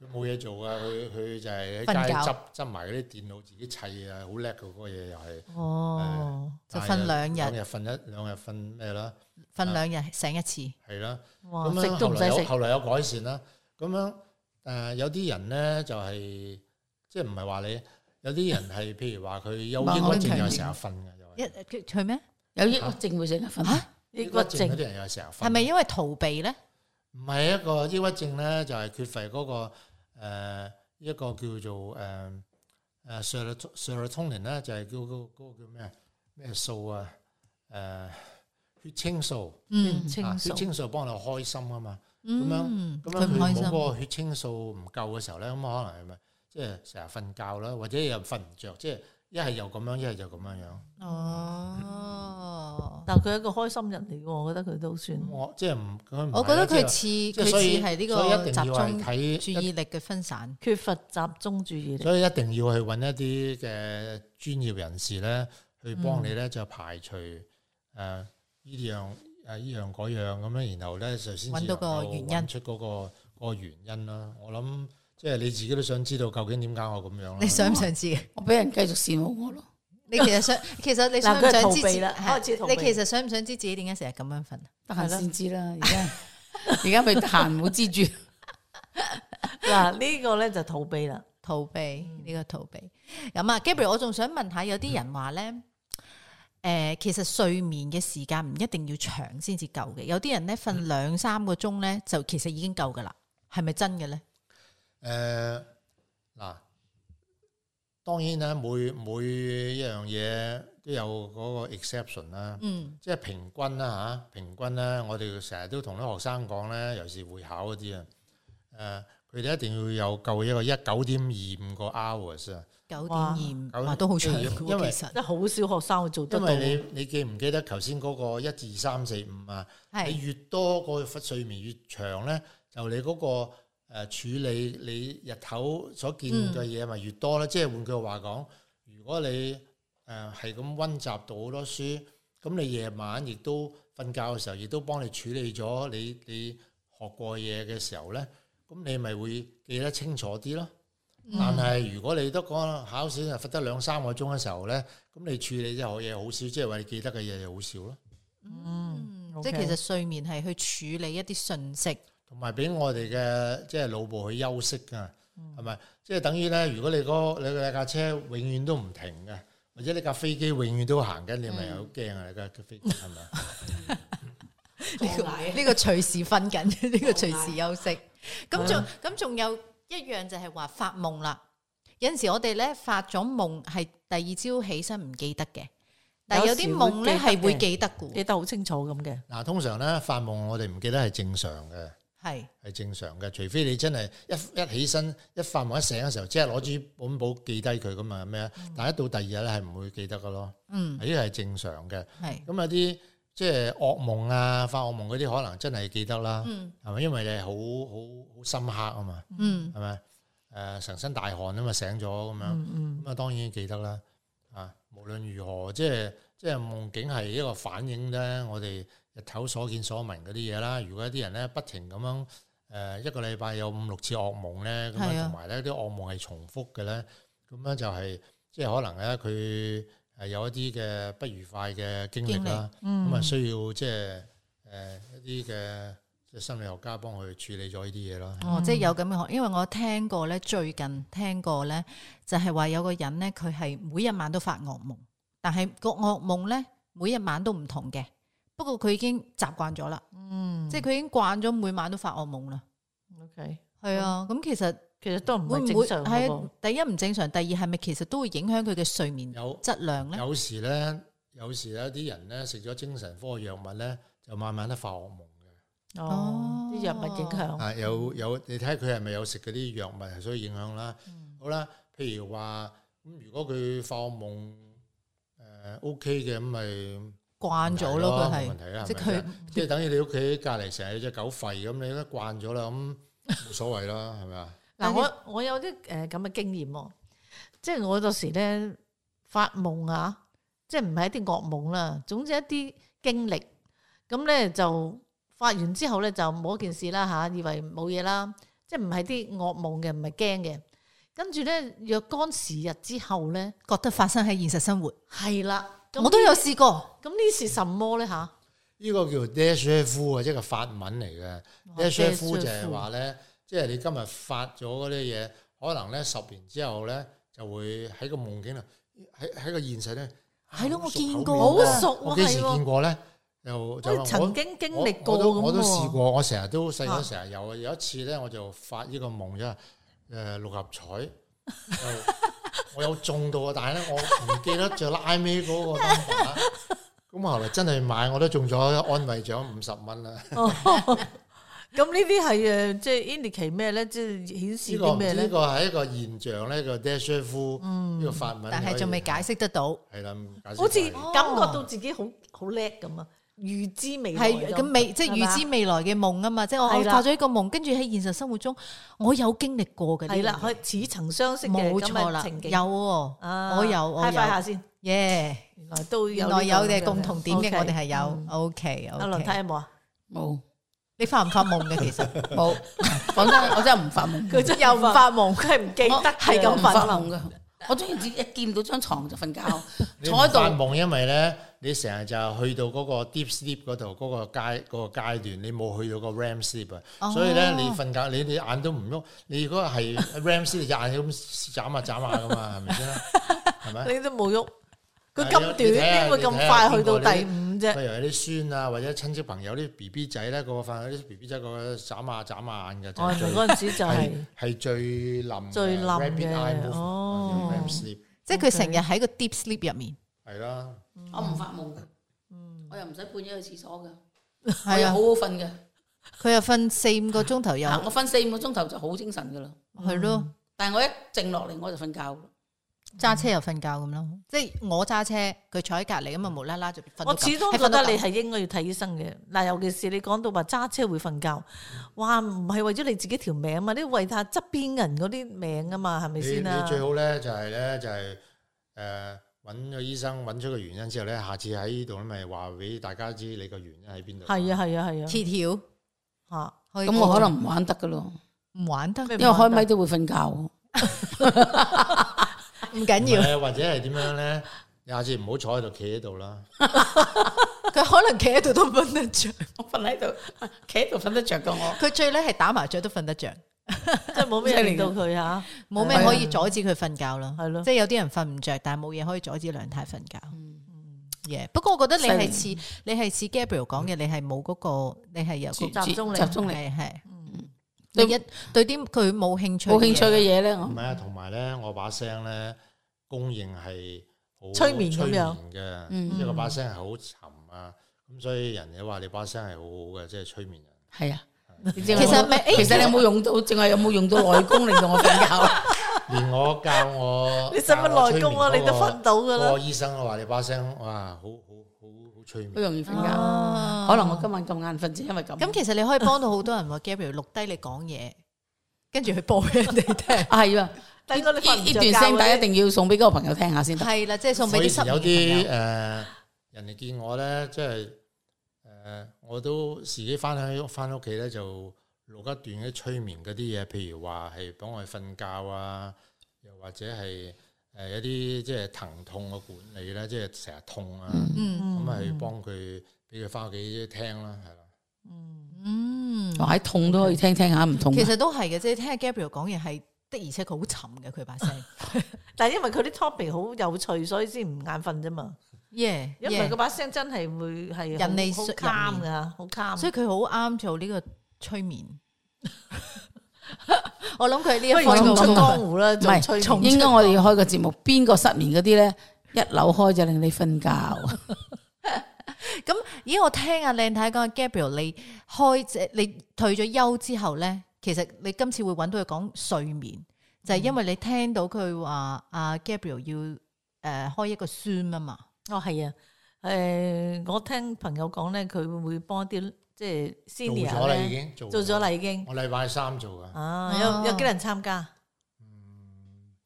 佢冇嘢做噶，佢佢就係喺瞓街覺執執埋嗰啲電腦自己砌啊，好叻嘅嗰個嘢又係。哦，就但係瞓兩兩日，日瞓一兩日瞓咩啦？瞓啊兩日醒一次。係啦，哇，哦咁樣食都唔後來使有食，後來有改善啦。咁樣誒、呃有啲人咧就係即係唔係話你，有啲人係譬如話佢有抑話我鬱症強又健成日瞓嘅，又一係佢佢咩？有抑鬱症會成日瞓嚇抑抑鬱鬱症嗰症啲人又成日瞓。係咪因為逃避咧？唔係一個抑鬱症咧，就係、缺乏嗰、個、呃、一個叫做呃誒誒 serotonin 咧，就係叫嗰嗰個叫咩咩素啊誒、呃血清素嗯啊，清血楚，清素幫你開心啊嘛。嗯，咁佢樣唔佢開心。嗰個血清素唔夠嘅時候咧，咁啊可能係咪即係成日瞓覺啦，或者又瞓唔着，即係一係又咁樣，一係就咁樣樣。哦，但係佢係一個開心人嚟嘅喎，我覺得佢都算咁。我即係唔佢嗯唔係啦，我覺得佢即係似即佢係似所以係呢所以個集一定要係中睇注意力嘅分散。缺乏集中注意力，所以一定要去揾一啲嘅專業人士咧，去幫你嗯咧就排除誒呢呃樣誒呢樣嗰樣咁樣，然後咧就先至揾到個能夠原因揾出嗰個個原因啦。我諗即係你自己都想知道究竟點解我咁樣啦。你想唔想知？我俾人繼續羨慕我咯。你其實想，其實你想唔嗱佢想逃知避自己？啦係開始逃避你其實想唔想知自己點解成日咁樣瞓？得閒先知啦，而家 而家咪得閒唔好知住。嗱呢個咧就逃避啦，逃避呢、個逃避。咁啊，Gabriel，我仲想問下，有啲人話咧，诶、其實睡眠嘅時間唔一定要長先至夠嘅，有啲人咧瞓兩三個鐘咧，就其實已經夠噶啦，係咪真嘅咧？誒呃嗱，當然啦，每每一樣嘢都有嗰個 exception 啦。嗯，即係平均啦嚇、平均咧，我哋成日都同啲學生講咧，尤其是會考嗰啲啊，誒、佢哋一定要有夠一個一九點二五個 hours 啊，九點哇二九五，哇，都好長因嘅為喎，其實即係好少學生會做得因到。為你你記唔記得頭先嗰個一至三四五啊？你係越多個睡眠越長咧，就你嗰、個、呃、處理你日頭所見嘅嘢咪越多咧。即係換句話講，如果你誒係咁温習到好多書，咁你夜晚亦都瞓覺嘅時候，亦都幫你處理咗你你學過嘢嘅時候咧，咁你咪會記得清楚啲咯。但係如果你都講考試就瞓得兩三個鐘嘅時候咧，咁你處理啲嘢好少，即係話你記得嘅嘢就好少咯。嗯即 OK 係其實睡眠係去處理一啲信息，同埋俾我哋嘅即係腦部去休息噶，係咪、即係等於咧，如果你嗰你嘅架車永遠都唔停嘅，或者你架飛機永遠都行緊，你咪好驚啊！你架飛機係咪 啊？呢個呢個隨時瞓 緊，呢個隨時休息。咁仲咁仲有一樣就係話發夢啦。有陣時我哋咧發咗夢係第二朝起身唔記得嘅，但係有啲夢咧有時會記得嘅係會記得嘅記喎，得好清楚咁嘅，嗱，通常咧發夢我哋唔記得係正常嘅，係係正常嘅，除非你真係一一起身一發夢一醒嘅時候，即係攞住本簿記低佢咁啊咩啊？但係一到第二日咧係唔會記得嘅咯，嗯呢個係正常嘅。係咁有啲即係噩夢啊、發噩夢嗰啲，可能真係記得啦，嗯係咪、因為你係好好好深刻啊嘛，嗯係咪？誒、成身大汗啊嘛，醒咗咁樣，咁啊、嗯當然記得啦。啊，無論如何，即係即係夢境係一個反映咧，我哋日頭所見所聞嗰啲嘢啦。如果一啲人咧不停咁樣誒、一個禮拜有五六次噩夢咧，咁係樣啊同埋咧啲噩夢係重複嘅咧，咁咧就係、即係可能咧佢誒有一啲嘅不愉快嘅經歷啦。咁啊嗯，需要即係誒一啲嘅即係心理學家幫佢處理咗呢啲嘢啦。哦，即係有咁嘅學，因為我聽過咧，最近聽過咧，就係話有個人咧，佢係每一晚都發噩夢，但係個噩夢咧每一晚都唔同嘅，不過佢已經習慣咗啦，嗯，即即係佢已經慣咗每晚都發噩夢啦。 OK，系啊，咁其實其實都唔會係唔會正常嘅係喎啊，第一唔正常，第二係咪其實都會影響佢嘅睡眠有質量咧？有時咧，有時咧啲人咧食咗精神科嘅藥物咧，就慢慢都發噩夢嘅。哦，啲藥物影響，啊，有有你睇下佢係咪有食嗰啲藥物係所以影響啦。嗯好啦，譬如話咁，如果佢發噩夢誒 OK 嘅，咁咪慣咗咯，佢咯，冇係問題啦，即係係佢咪先即係等於你屋企隔離成日有隻狗吠咁，你都慣咗啦，咁冇所謂啦，係咪啊？嗱，我我有啲誒咁嘅經驗喎，即係我有時咧發夢啊，即係唔係一啲噩夢啦，總之一啲經歷，咁咧就發完之後咧就冇一件事啦吓，以為冇嘢啦，即係唔係啲噩夢嘅，唔係驚嘅。跟住咧，若干時日之後咧，覺得發生喺現實生活，係啦，咁我都有試過。咁呢是什麼咧吓？呢個叫 deja vu 啊，即係個法文嚟嘅。deja vu 就係話咧，即係你今日發咗嗰啲嘢，可能咧十年之後咧就會喺個夢境度，喺喺個現實咧。啊係咯好我熟見口過面啊好熟我喎幾時係喎見過咧？又就我話我曾經經歷過我我都咁我都試喎過，我成日都細個啊成日有，有一次咧我就發呢個夢啫，誒六合彩，就 我有中到啊，但係咧我唔記得就拉尾嗰個 number，咁後來真係買我都中咗安慰獎五十蚊啦，咁呢啲係呃誒，即係 indicate 咩咧？即係顯呢示個啲唔知咩嗯呢咧？個係一個現象咧，個 deja vu 呢個法文，但係仲未解釋得到，係啦，唔解釋好似到感覺到自己好好叻咁啊，預知未來係咁未即係預知未來嘅夢啊嘛，即係我我係啦發咗一個夢，跟住喺現實生活中我有經歷過嘅呢樣嘢，係啦，佢似曾相識嘅冇咁錯啦，嘅有情景。喎，我有我快快下有，先，耶，原來都有原呢個來咁樣。有嘅共同點嘅，我哋係 OK，有嗯，OK 阿梁 OK 太。有冇啊？冇你發唔發夢嘅其實？冇，講真，我真係唔發夢， 佢真係又唔發夢，佢係唔記我得，係唔咁發瞓。夢噶。我中意自己一見到張床就瞓覺，你唔坐喺發度夢，因為咧你成日就係去到嗰個 deep sleep 嗰度嗰個階嗰個階段，你冇去到個 REM sleep 哦啊，所以咧你瞓覺你你眼都唔喐，你如果係 REM sleep 隻眼咁眨下眨下噶嘛，係咪先 啦？係咪？ 你都冇喐，佢係咁短，你睇下點會你睇咁下快去到邊個第五啫？譬如有啲孫啊，或者親戚朋友啲 B B 仔咧，個個瞓啲 B B 仔個個眨下眨下眼嘅，就我係最咪哦嗰陣時就係、係係最冧最冧嘅 rapid eye movement，哦 REM sleep 即係佢成日喺個 deep sleep 入面，係啦，我唔發夢噶，我又唔使半夜去廁所噶，我係又啊好好，瞓嘅。佢又瞓四五個鐘頭又嗱，我瞓四五個鐘頭就好精神噶啦，係咯，但係我一靜落嚟我就瞓覺啦。揸車又瞓覺咁咯。即係我揸車，佢坐喺隔離咁啊，無啦啦就瞓到咁。我始終係覺瞓到得你咁係應該要睇醫生嘅。嗱，尤其是你講到話揸車會瞓覺，哇，唔係為咗你自己條命啊嘛，你為下側邊人嗰啲命啊嘛，係咪你先你啊？最好咧就係咧就係誒揾個醫生揾出個原因之後咧，下次喺呢度咧咪話俾大家知你個原因喺邊度。係啊，係啊，係啊，鐵條，嚇咁我可能唔玩得噶咯，唔玩得，因為開咪都會瞓覺。唔緊要。誒或者係點樣咧？你下次唔好坐喺度，企喺度啦。佢可能企喺度都瞓得着， 我瞓喺 度，企喺度瞓得着噶我。佢最叻係打麻雀都瞓得着，即係冇咩令到佢嚇，冇咩可以阻止佢瞓覺咯。係咯即係有啲人瞓唔着，但係冇嘢可以阻止梁太瞓覺。Yeah，不過我覺得你係似你係似 Gabriel 講嘅，你係冇嗰個，你係有嗰個集中力集中力，係係對對一對啲佢冇興趣，冇興趣嘅嘢哦咧，唔我係啊，同埋咧，我把聲咧公認係好催眠咁樣催眠嗯嘅，即係個把聲係好沉啊。咁所以人哋話你把聲係好好嘅，即係催眠 人。係啊。其其實咪誒其實你有冇用到？淨係有冇用到內功令到我瞓覺？連我教我， 你使乜內功啊？你都分瞓到㗎個啦，醫生都啊話你把聲哇，好好好好催哎好眠。容易瞓覺。哦可能我今晚咁晏瞓，就因為咁。。咁其實你可以幫到好多人喎，Gabriel 錄低你講嘢，跟住去播俾人哋聽啊係啊，但係嗰你瞓唔呢着段聲帶一覺定要送俾嗰個朋友聽下先得。係啦，即係送俾我啲以失前有眠啲嘅誒、呃人哋見我咧，即係誒、呃我都自己翻喺翻屋企咧，就錄一段啲催眠嗰啲嘢，譬如話係幫我瞓覺啊，又或者係誒、呃有啲即係疼痛嘅管理咧，即係成日痛啊，嗯咁係幫佢俾佢翻屋企聽啦，係啦。嗯，哇喺痛都可以聽聽下，唔痛其實都係嘅，即係聽下 Gabriel 講嘢係的，而且佢好沉嘅佢把聲。但係因為佢啲 topic 好有趣，所以先唔眼瞓啫嘛。耶，因為佢把聲真係會係人哋好熟啱入㗎，好啱。所以佢好啱做呢個催眠。 我諗佢呢一不如方面重出好咁啊江湖啦，唔做催係，眠應該我哋要開個節目，邊個失眠嗰啲咧，一扭開就令你瞓覺。咁，咦？我聽阿靚太講 Gabriel，你開即你退咗休之後咧，其實你今次會揾到佢講睡眠，就係、因為你聽到佢話阿 Gabriel 要誒、呃、開一個 Zoom 啊嘛。哦，係啊，誒，我聽朋友講咧，佢會幫啲即係做 senior 咗啦已咧，經，做做咗啦已經。我禮拜三做噶，啊，有有幾多人參加？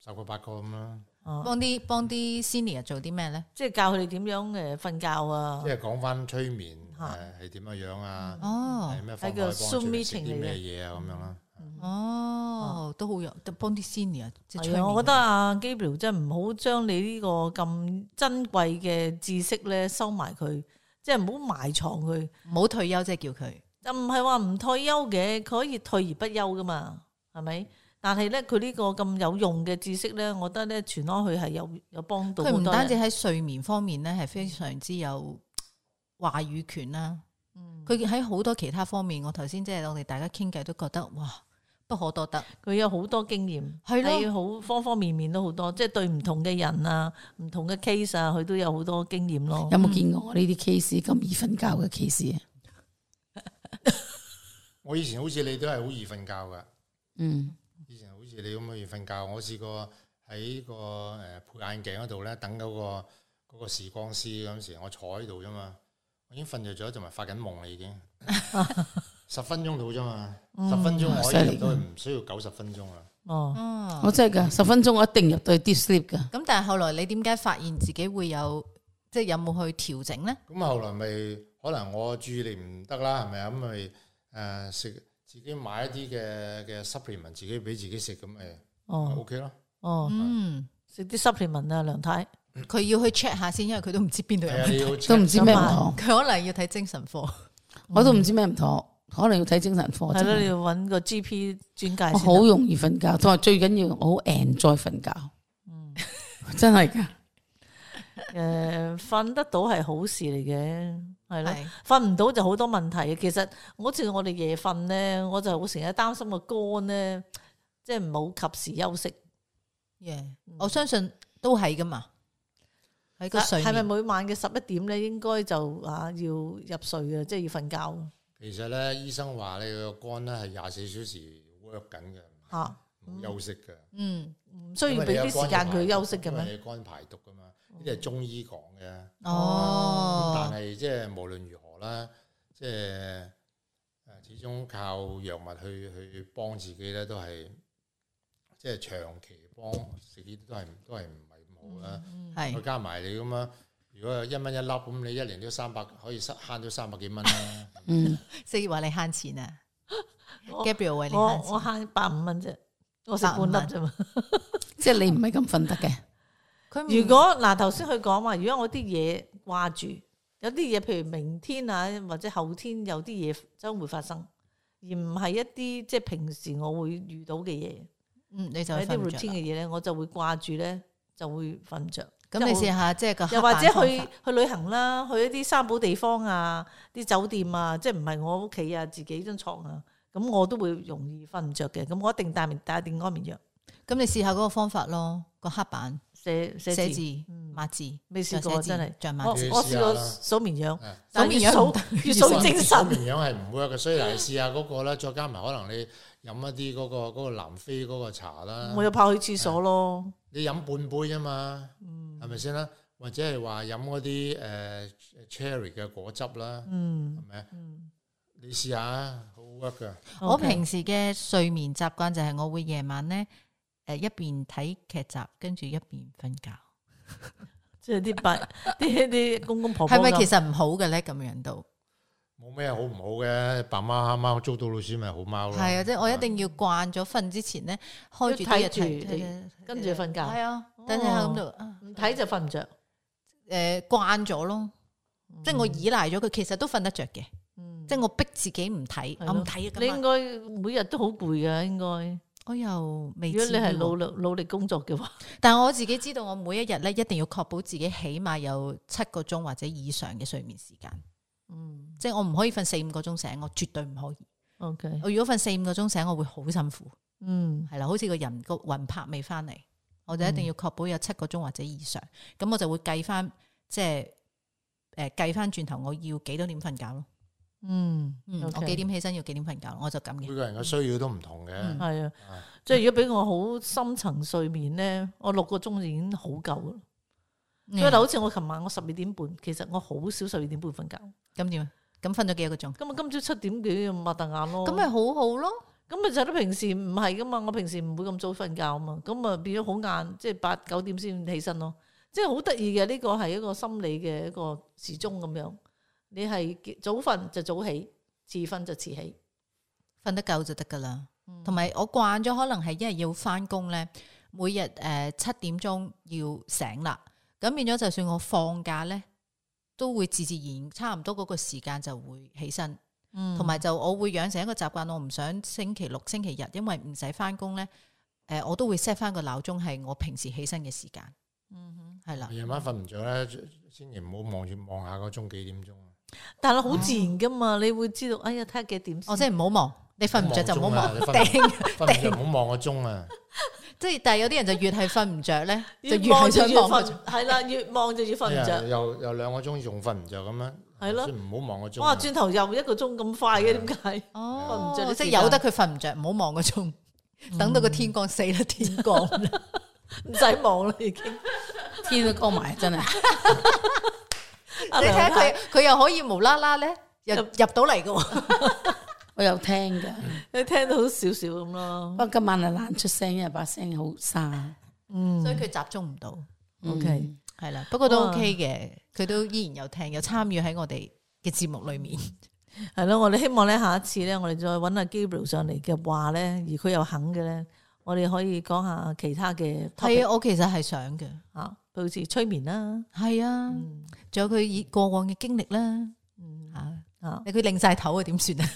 十個八個咁啦，哦，幫啲幫啲 senior 做啲咩咧？即係教佢哋點樣誒瞓覺啊即，係講翻催眠嚇誒係點樣樣啊，哦係咩方喺法個可以幫佢 Zoom 催眠食 meeting 嚟啲咩嘅嘢啊咁樣啦。哦，都好有，都幫啲 senior 即係催係啊，眠。我覺得啊 Gabriel 真係唔好將你呢個咁珍貴嘅知識咧收埋佢，即係唔好埋藏佢。唔好退休，即係叫佢。就唔係話唔退休嘅，佢可以退而不休噶嘛，係咪？但係咧，佢呢個咁有用嘅知識咧，我覺得咧傳開去係有有幫到好佢多唔人。單止喺睡眠方面咧係非常之有話語權啦，佢喺好多其他方面，我頭先即係我哋大家傾偈都覺得哇不可多得，佢有好多經驗，係咯喺好方方面面都好多，即係對唔同嘅人啊、唔同嘅 case 啊，佢都有好多經驗咯有。冇見過我呢啲 case 咁易瞓覺嘅 case 啊？我以前好似你都係好易瞓覺噶，嗯，以前好似你咁易瞓覺。我試過喺個誒配眼鏡嗰度咧，等嗰個嗰個視光師嗰陣時，我坐喺度啫嘛，我已經瞓着咗，同埋發緊夢啦已經。 十分鐘到啫嘛，嗯十分鐘我可以入 到去，唔需要九十分鐘啦。哦，嗯，我真係噶，十分鐘我一定入到去 deep sleep 噶。咁但係後來你點解發現自己會有即係有冇去調整咧？咁後來咪可能我注意力唔得啦，係咪啊？咁咪誒食自己買一啲嘅嘅 supplement，自己俾自己食咁誒哦 OK 咯。哦，嗯，食啲 supplement 啊，梁太，佢要去 check 下先，因為佢都唔知邊度有係問啊，你題要都唔 check 知咩唔咁妥， 佢可能要睇精神科。我都唔知咩唔妥，可能要睇精神科。嗯係真咯，你係要揾個 GP 專家我先好得。容易瞓覺，同埋最緊要我好 enjoy 瞓覺，嗯真係㗎。誒，瞓得到係好事嚟嘅，係咯。係瞓唔到就好多問題嘅。其實好似我哋夜瞓咧，我就會成日擔心個肝咧，即係唔好及時休息。 ，yeah，我相信都係噶嘛。喺個睡啊係咪眠每晚嘅十一點咧，應該就啊要入睡嘅，即係要瞓覺其實咧，醫生話你個肝咧係廿四小時 work 緊嘅，嚇？啊冇休息嘅。啊嗯，唔需要俾啲時間佢休息嘅因咩？啊為你肝排毒噶嘛，呢啲係中醫講嘅。但哦，係即係無論如何啦，即係誒始終靠藥物去去幫自己咧，都係即係長期幫食呢啲都係都係唔係咁好嗯啦。係再加埋你咁樣，如果係一蚊一粒咁，你一年都三百，可以慳慳咗三百幾蚊啦。嗯，四月話你慳錢啊 我，Gabriel 為你我慳我錢，慳百五蚊啫，我食半粒啫嘛。即係你唔係咁瞓得嘅。佢唔如果嗱頭先佢講話，如果我啲嘢掛住，有啲嘢譬如明天啊或者後天有啲嘢將會發生，而唔係一啲即係平時我會遇到嘅嘢，嗯你就有會一啲瞓唔 routine 着嘅啦。嘢咧，我就會掛住咧就會瞓唔着。咁你即係試下即係個又黑或板者方去法去旅行啦，去一啲三寶地方啊，啲酒店啊，即係唔係我屋企啊，自己張床啊，咁我都會容易瞓唔着嘅。咁我一定帶明帶定安眠藥，咁你試下嗰個方法咯，個黑板寫寫寫字嗯字抹字，未試再過寫字真係再我抹字。我試過你試下啦數綿羊，啊但係數綿越羊唔數得越 數越數精咁神，營養係唔 work 嘅，所以嗱，你試下啊嗰個啦，再加埋可能你飲一啲嗰個嗰個南非嗰個茶啦我，又怕去廁所咯。你飲半杯啫嘛，嗯係咪先啦？或者係話飲嗰啲誒 cherry 嘅果汁啦，嗯係，咪啊？嗯你試下啊，好 work 㗎。我 OK 平時嘅睡眠習慣就係我會夜晚咧，誒一邊睇劇集，跟住一邊瞓覺。即係啲伯 啲啲公公婆婆係咪咁其實唔好嘅咧？咁樣都冇咩好唔好嘅，白貓黑貓捉到老鼠咪好貓咯。係啊！即係我一定要慣咗瞓之前咧，開住啲嘢要睇住睇你睇跟住瞓覺哦係啊，等睇下咁就啊唔睇就瞓唔着，誒慣咗咯，即係我依賴咗佢，其實都瞓得着嘅。嗯即係我逼自己唔睇，係咯我唔睇啊！你今應晚該每日都好攰㗎，應該。我又未如果知嗯你係喎。努力努力工作嘅話， 但係我自己知道，我每一日咧一定要確保自己起碼有七個鐘或者以上嘅睡眠時間。嗯即係我唔可以瞓四五個鐘醒，我絕對唔可以。 ，OK，我如果瞓四五個鐘醒，我會好辛苦，嗯係啦，好似個人個魂魄未翻嚟，我就一定要確保有七個鐘或者以上，咁我就會計翻，即係誒計翻轉頭我要幾多點瞓覺咯。嗯嗯， OK 我幾點起身要幾點瞓覺，我就咁每嘅。個人嘅需要都唔同嘅。嗯係啊啊，即係如果俾我好深層睡眠咧，我六個鐘已經好夠啦。嗯因為嗱好似我琴晚我十二點半，其實我好少十二點半瞓覺，咁點啊？咁瞓咗幾多個鐘？咁啊今朝七點幾就擘大眼咯。咁啊咪好好咯。咁咪就係咯，平時唔係噶嘛，我平時唔會咁早瞓覺啊嘛，咁啊變咗好晏，即係八九點先起身咯，即係好得意嘅呢個係一個心理嘅一個時鐘咁樣，你係早瞓就早起，遲瞓就遲起。瞓得夠就得噶啦。嗯同埋我慣咗，可能係因為要翻工咧，每日誒七點鐘要醒啦。咁變咗，就算我放假咧，都會自自然差唔多嗰個時間就會起身。嗯同埋、就我會養成一個習慣，我唔想星期六、星期日，因為唔使翻工咧。誒、我都會 set 翻個鬧鐘係我平時起身嘅時間。嗯哼，係啦。夜晚瞓唔着咧，千祈唔好望住望下個鐘幾點鐘啊。但係好自然噶嘛，你會知道，哎呀，睇下幾點先。嗯哦我即係唔好望，你瞓唔着就唔好望啊你。瞓頂瞓唔着唔好望個鐘啊！ 即係，但係有啲人就越係瞓唔着咧，就越越係望就想越望瞓，係啦，越望就越瞓唔哎着。呀又又兩個鐘仲瞓唔着咁樣，係咯所以唔好望個鐘啊。哇，轉頭又一個鐘咁快嘅，點解？哦，瞓唔着啲即時係間由得佢瞓唔着，唔好望個鐘，等到個天光死啦，天 光啦，嗯唔使望啦，已經。天都光埋，真係。你 你睇下佢，佢又可以無啦啦咧入入到嚟嘅喎，我有聽㗎，你聽到少少咁咯嗯不。過今晚啊懶出聲，因為把聲好沙。嗯所以佢集中唔到，嗯 OK 係啦。不過都 OK 嘅，佢都依然有聽，有參與喺我哋嘅節目裏面。係咯，我哋希望咧下一次咧，我哋再揾阿 Gabriel 上嚟嘅話咧，而佢又肯嘅咧，我哋可以講下其他嘅 t o 係啊，我其實係想嘅，啊，好似催眠啦，係啊，嗯仲有佢以過往嘅經歷啦，嗯啊，啊，你佢擰晒頭啊，點算啊？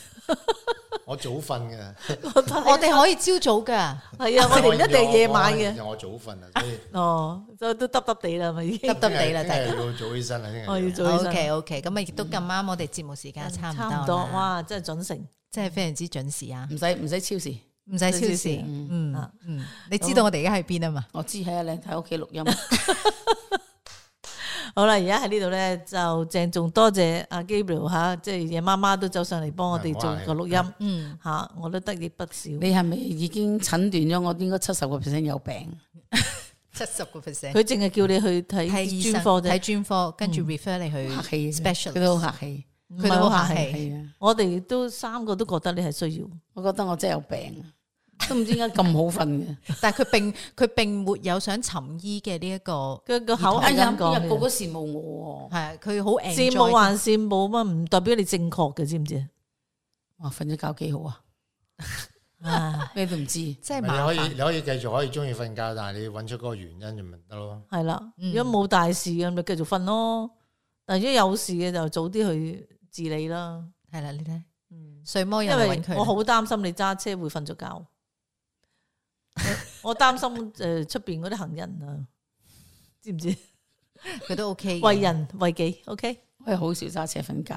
我早瞓嘅， 我哋可以朝早 噶，係 啊，我哋唔一定夜晚嘅，我我早瞓啊，所以哦，都都耷耷地啦，咪已經耷耷 地啦，聽大日家。哦要早起身啊啦，聽日我要做 O 起 K O K，咁啊，亦都咁啱，我哋節目時間身啊嗯差唔差唔多多，啦，哇，真係準成，真係非常之準時啊，唔使唔使超時，唔使超準時時，啊嗯啊嗯，你知道我哋而家喺邊啊嘛？我知喺阿靚太屋企錄音，好啦，而家喺呢度咧就鄭重多謝阿 Gabriel 吓，即係夜媽媽都走上嚟幫我哋做個錄音嗯，吓，我都得益不少。你係咪已經診斷咗我應該七十個 percent 有病？七十個 percent 佢淨係叫你去睇醫睇生專科啫嗯睇，專科，跟住 refer 你客去，氣嘅 Specialist 佢都好客氣，唔佢係都好好客客氣。氣。係啊，我哋都三個都覺得你係需要，我覺得我真係有病，都唔知點解咁好瞓嘅。啊但係佢並佢並沒有想尋醫嘅呢一個，佢個口哎係呀，咁今日個個講嘅。羨慕我喎，係啊佢好 e 羨慕還羨慕乜，唔代表你正確嘅，知唔知哇，瞓咗覺幾好啊， 啊？咩都唔知。真係你麻可以煩。你可以繼續可以中意瞓覺，但係你揾出嗰個原因就咪得咯。係啦，嗯如果冇大事嘅咪繼續瞓咯，但係如果有事嘅就早啲去治理啦。係啦，你睇嗯。睡魔因人嚟為揾佢啦，我好擔心你揸車會瞓咗覺，我我 擔心诶出边嗰啲行人啊，知 唔知？佢都 OK 嘅。為人為己，OK，我係好少揸車瞓覺，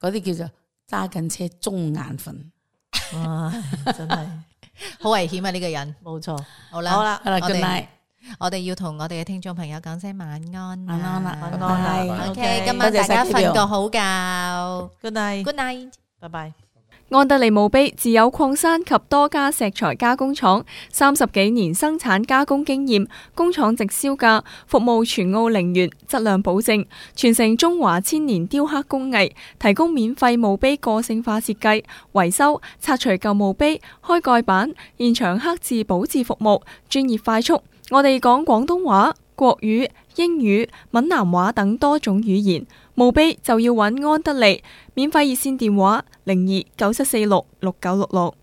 嗰啲叫做揸緊車中眼瞓。唉，真係好危險啊！呢個人冇錯。好啦，好啦，好啦我，good 哋 night，我哋要同我哋嘅聽眾朋友講聲晚安啊，晚安啦，晚安 拜拜啦 OK， OK，今晚多大謝晒家 Gabriel 瞓個好覺。 good night， Good night。拜拜。安德利墓碑自有礦山及多家石材加工廠，三十幾年生產加工經驗，工廠直銷價，服務全澳陵園，質量保證，傳承中華千年雕刻工藝，提供免費墓碑個性化設計、維修、拆除舊墓碑、開蓋板、現場刻字、保質服務，專業快速。我哋講廣東話、國語、英語、閩南話等多種語言。墓碑就要揾安德利。免費熱線電話零二九七四六六九六六。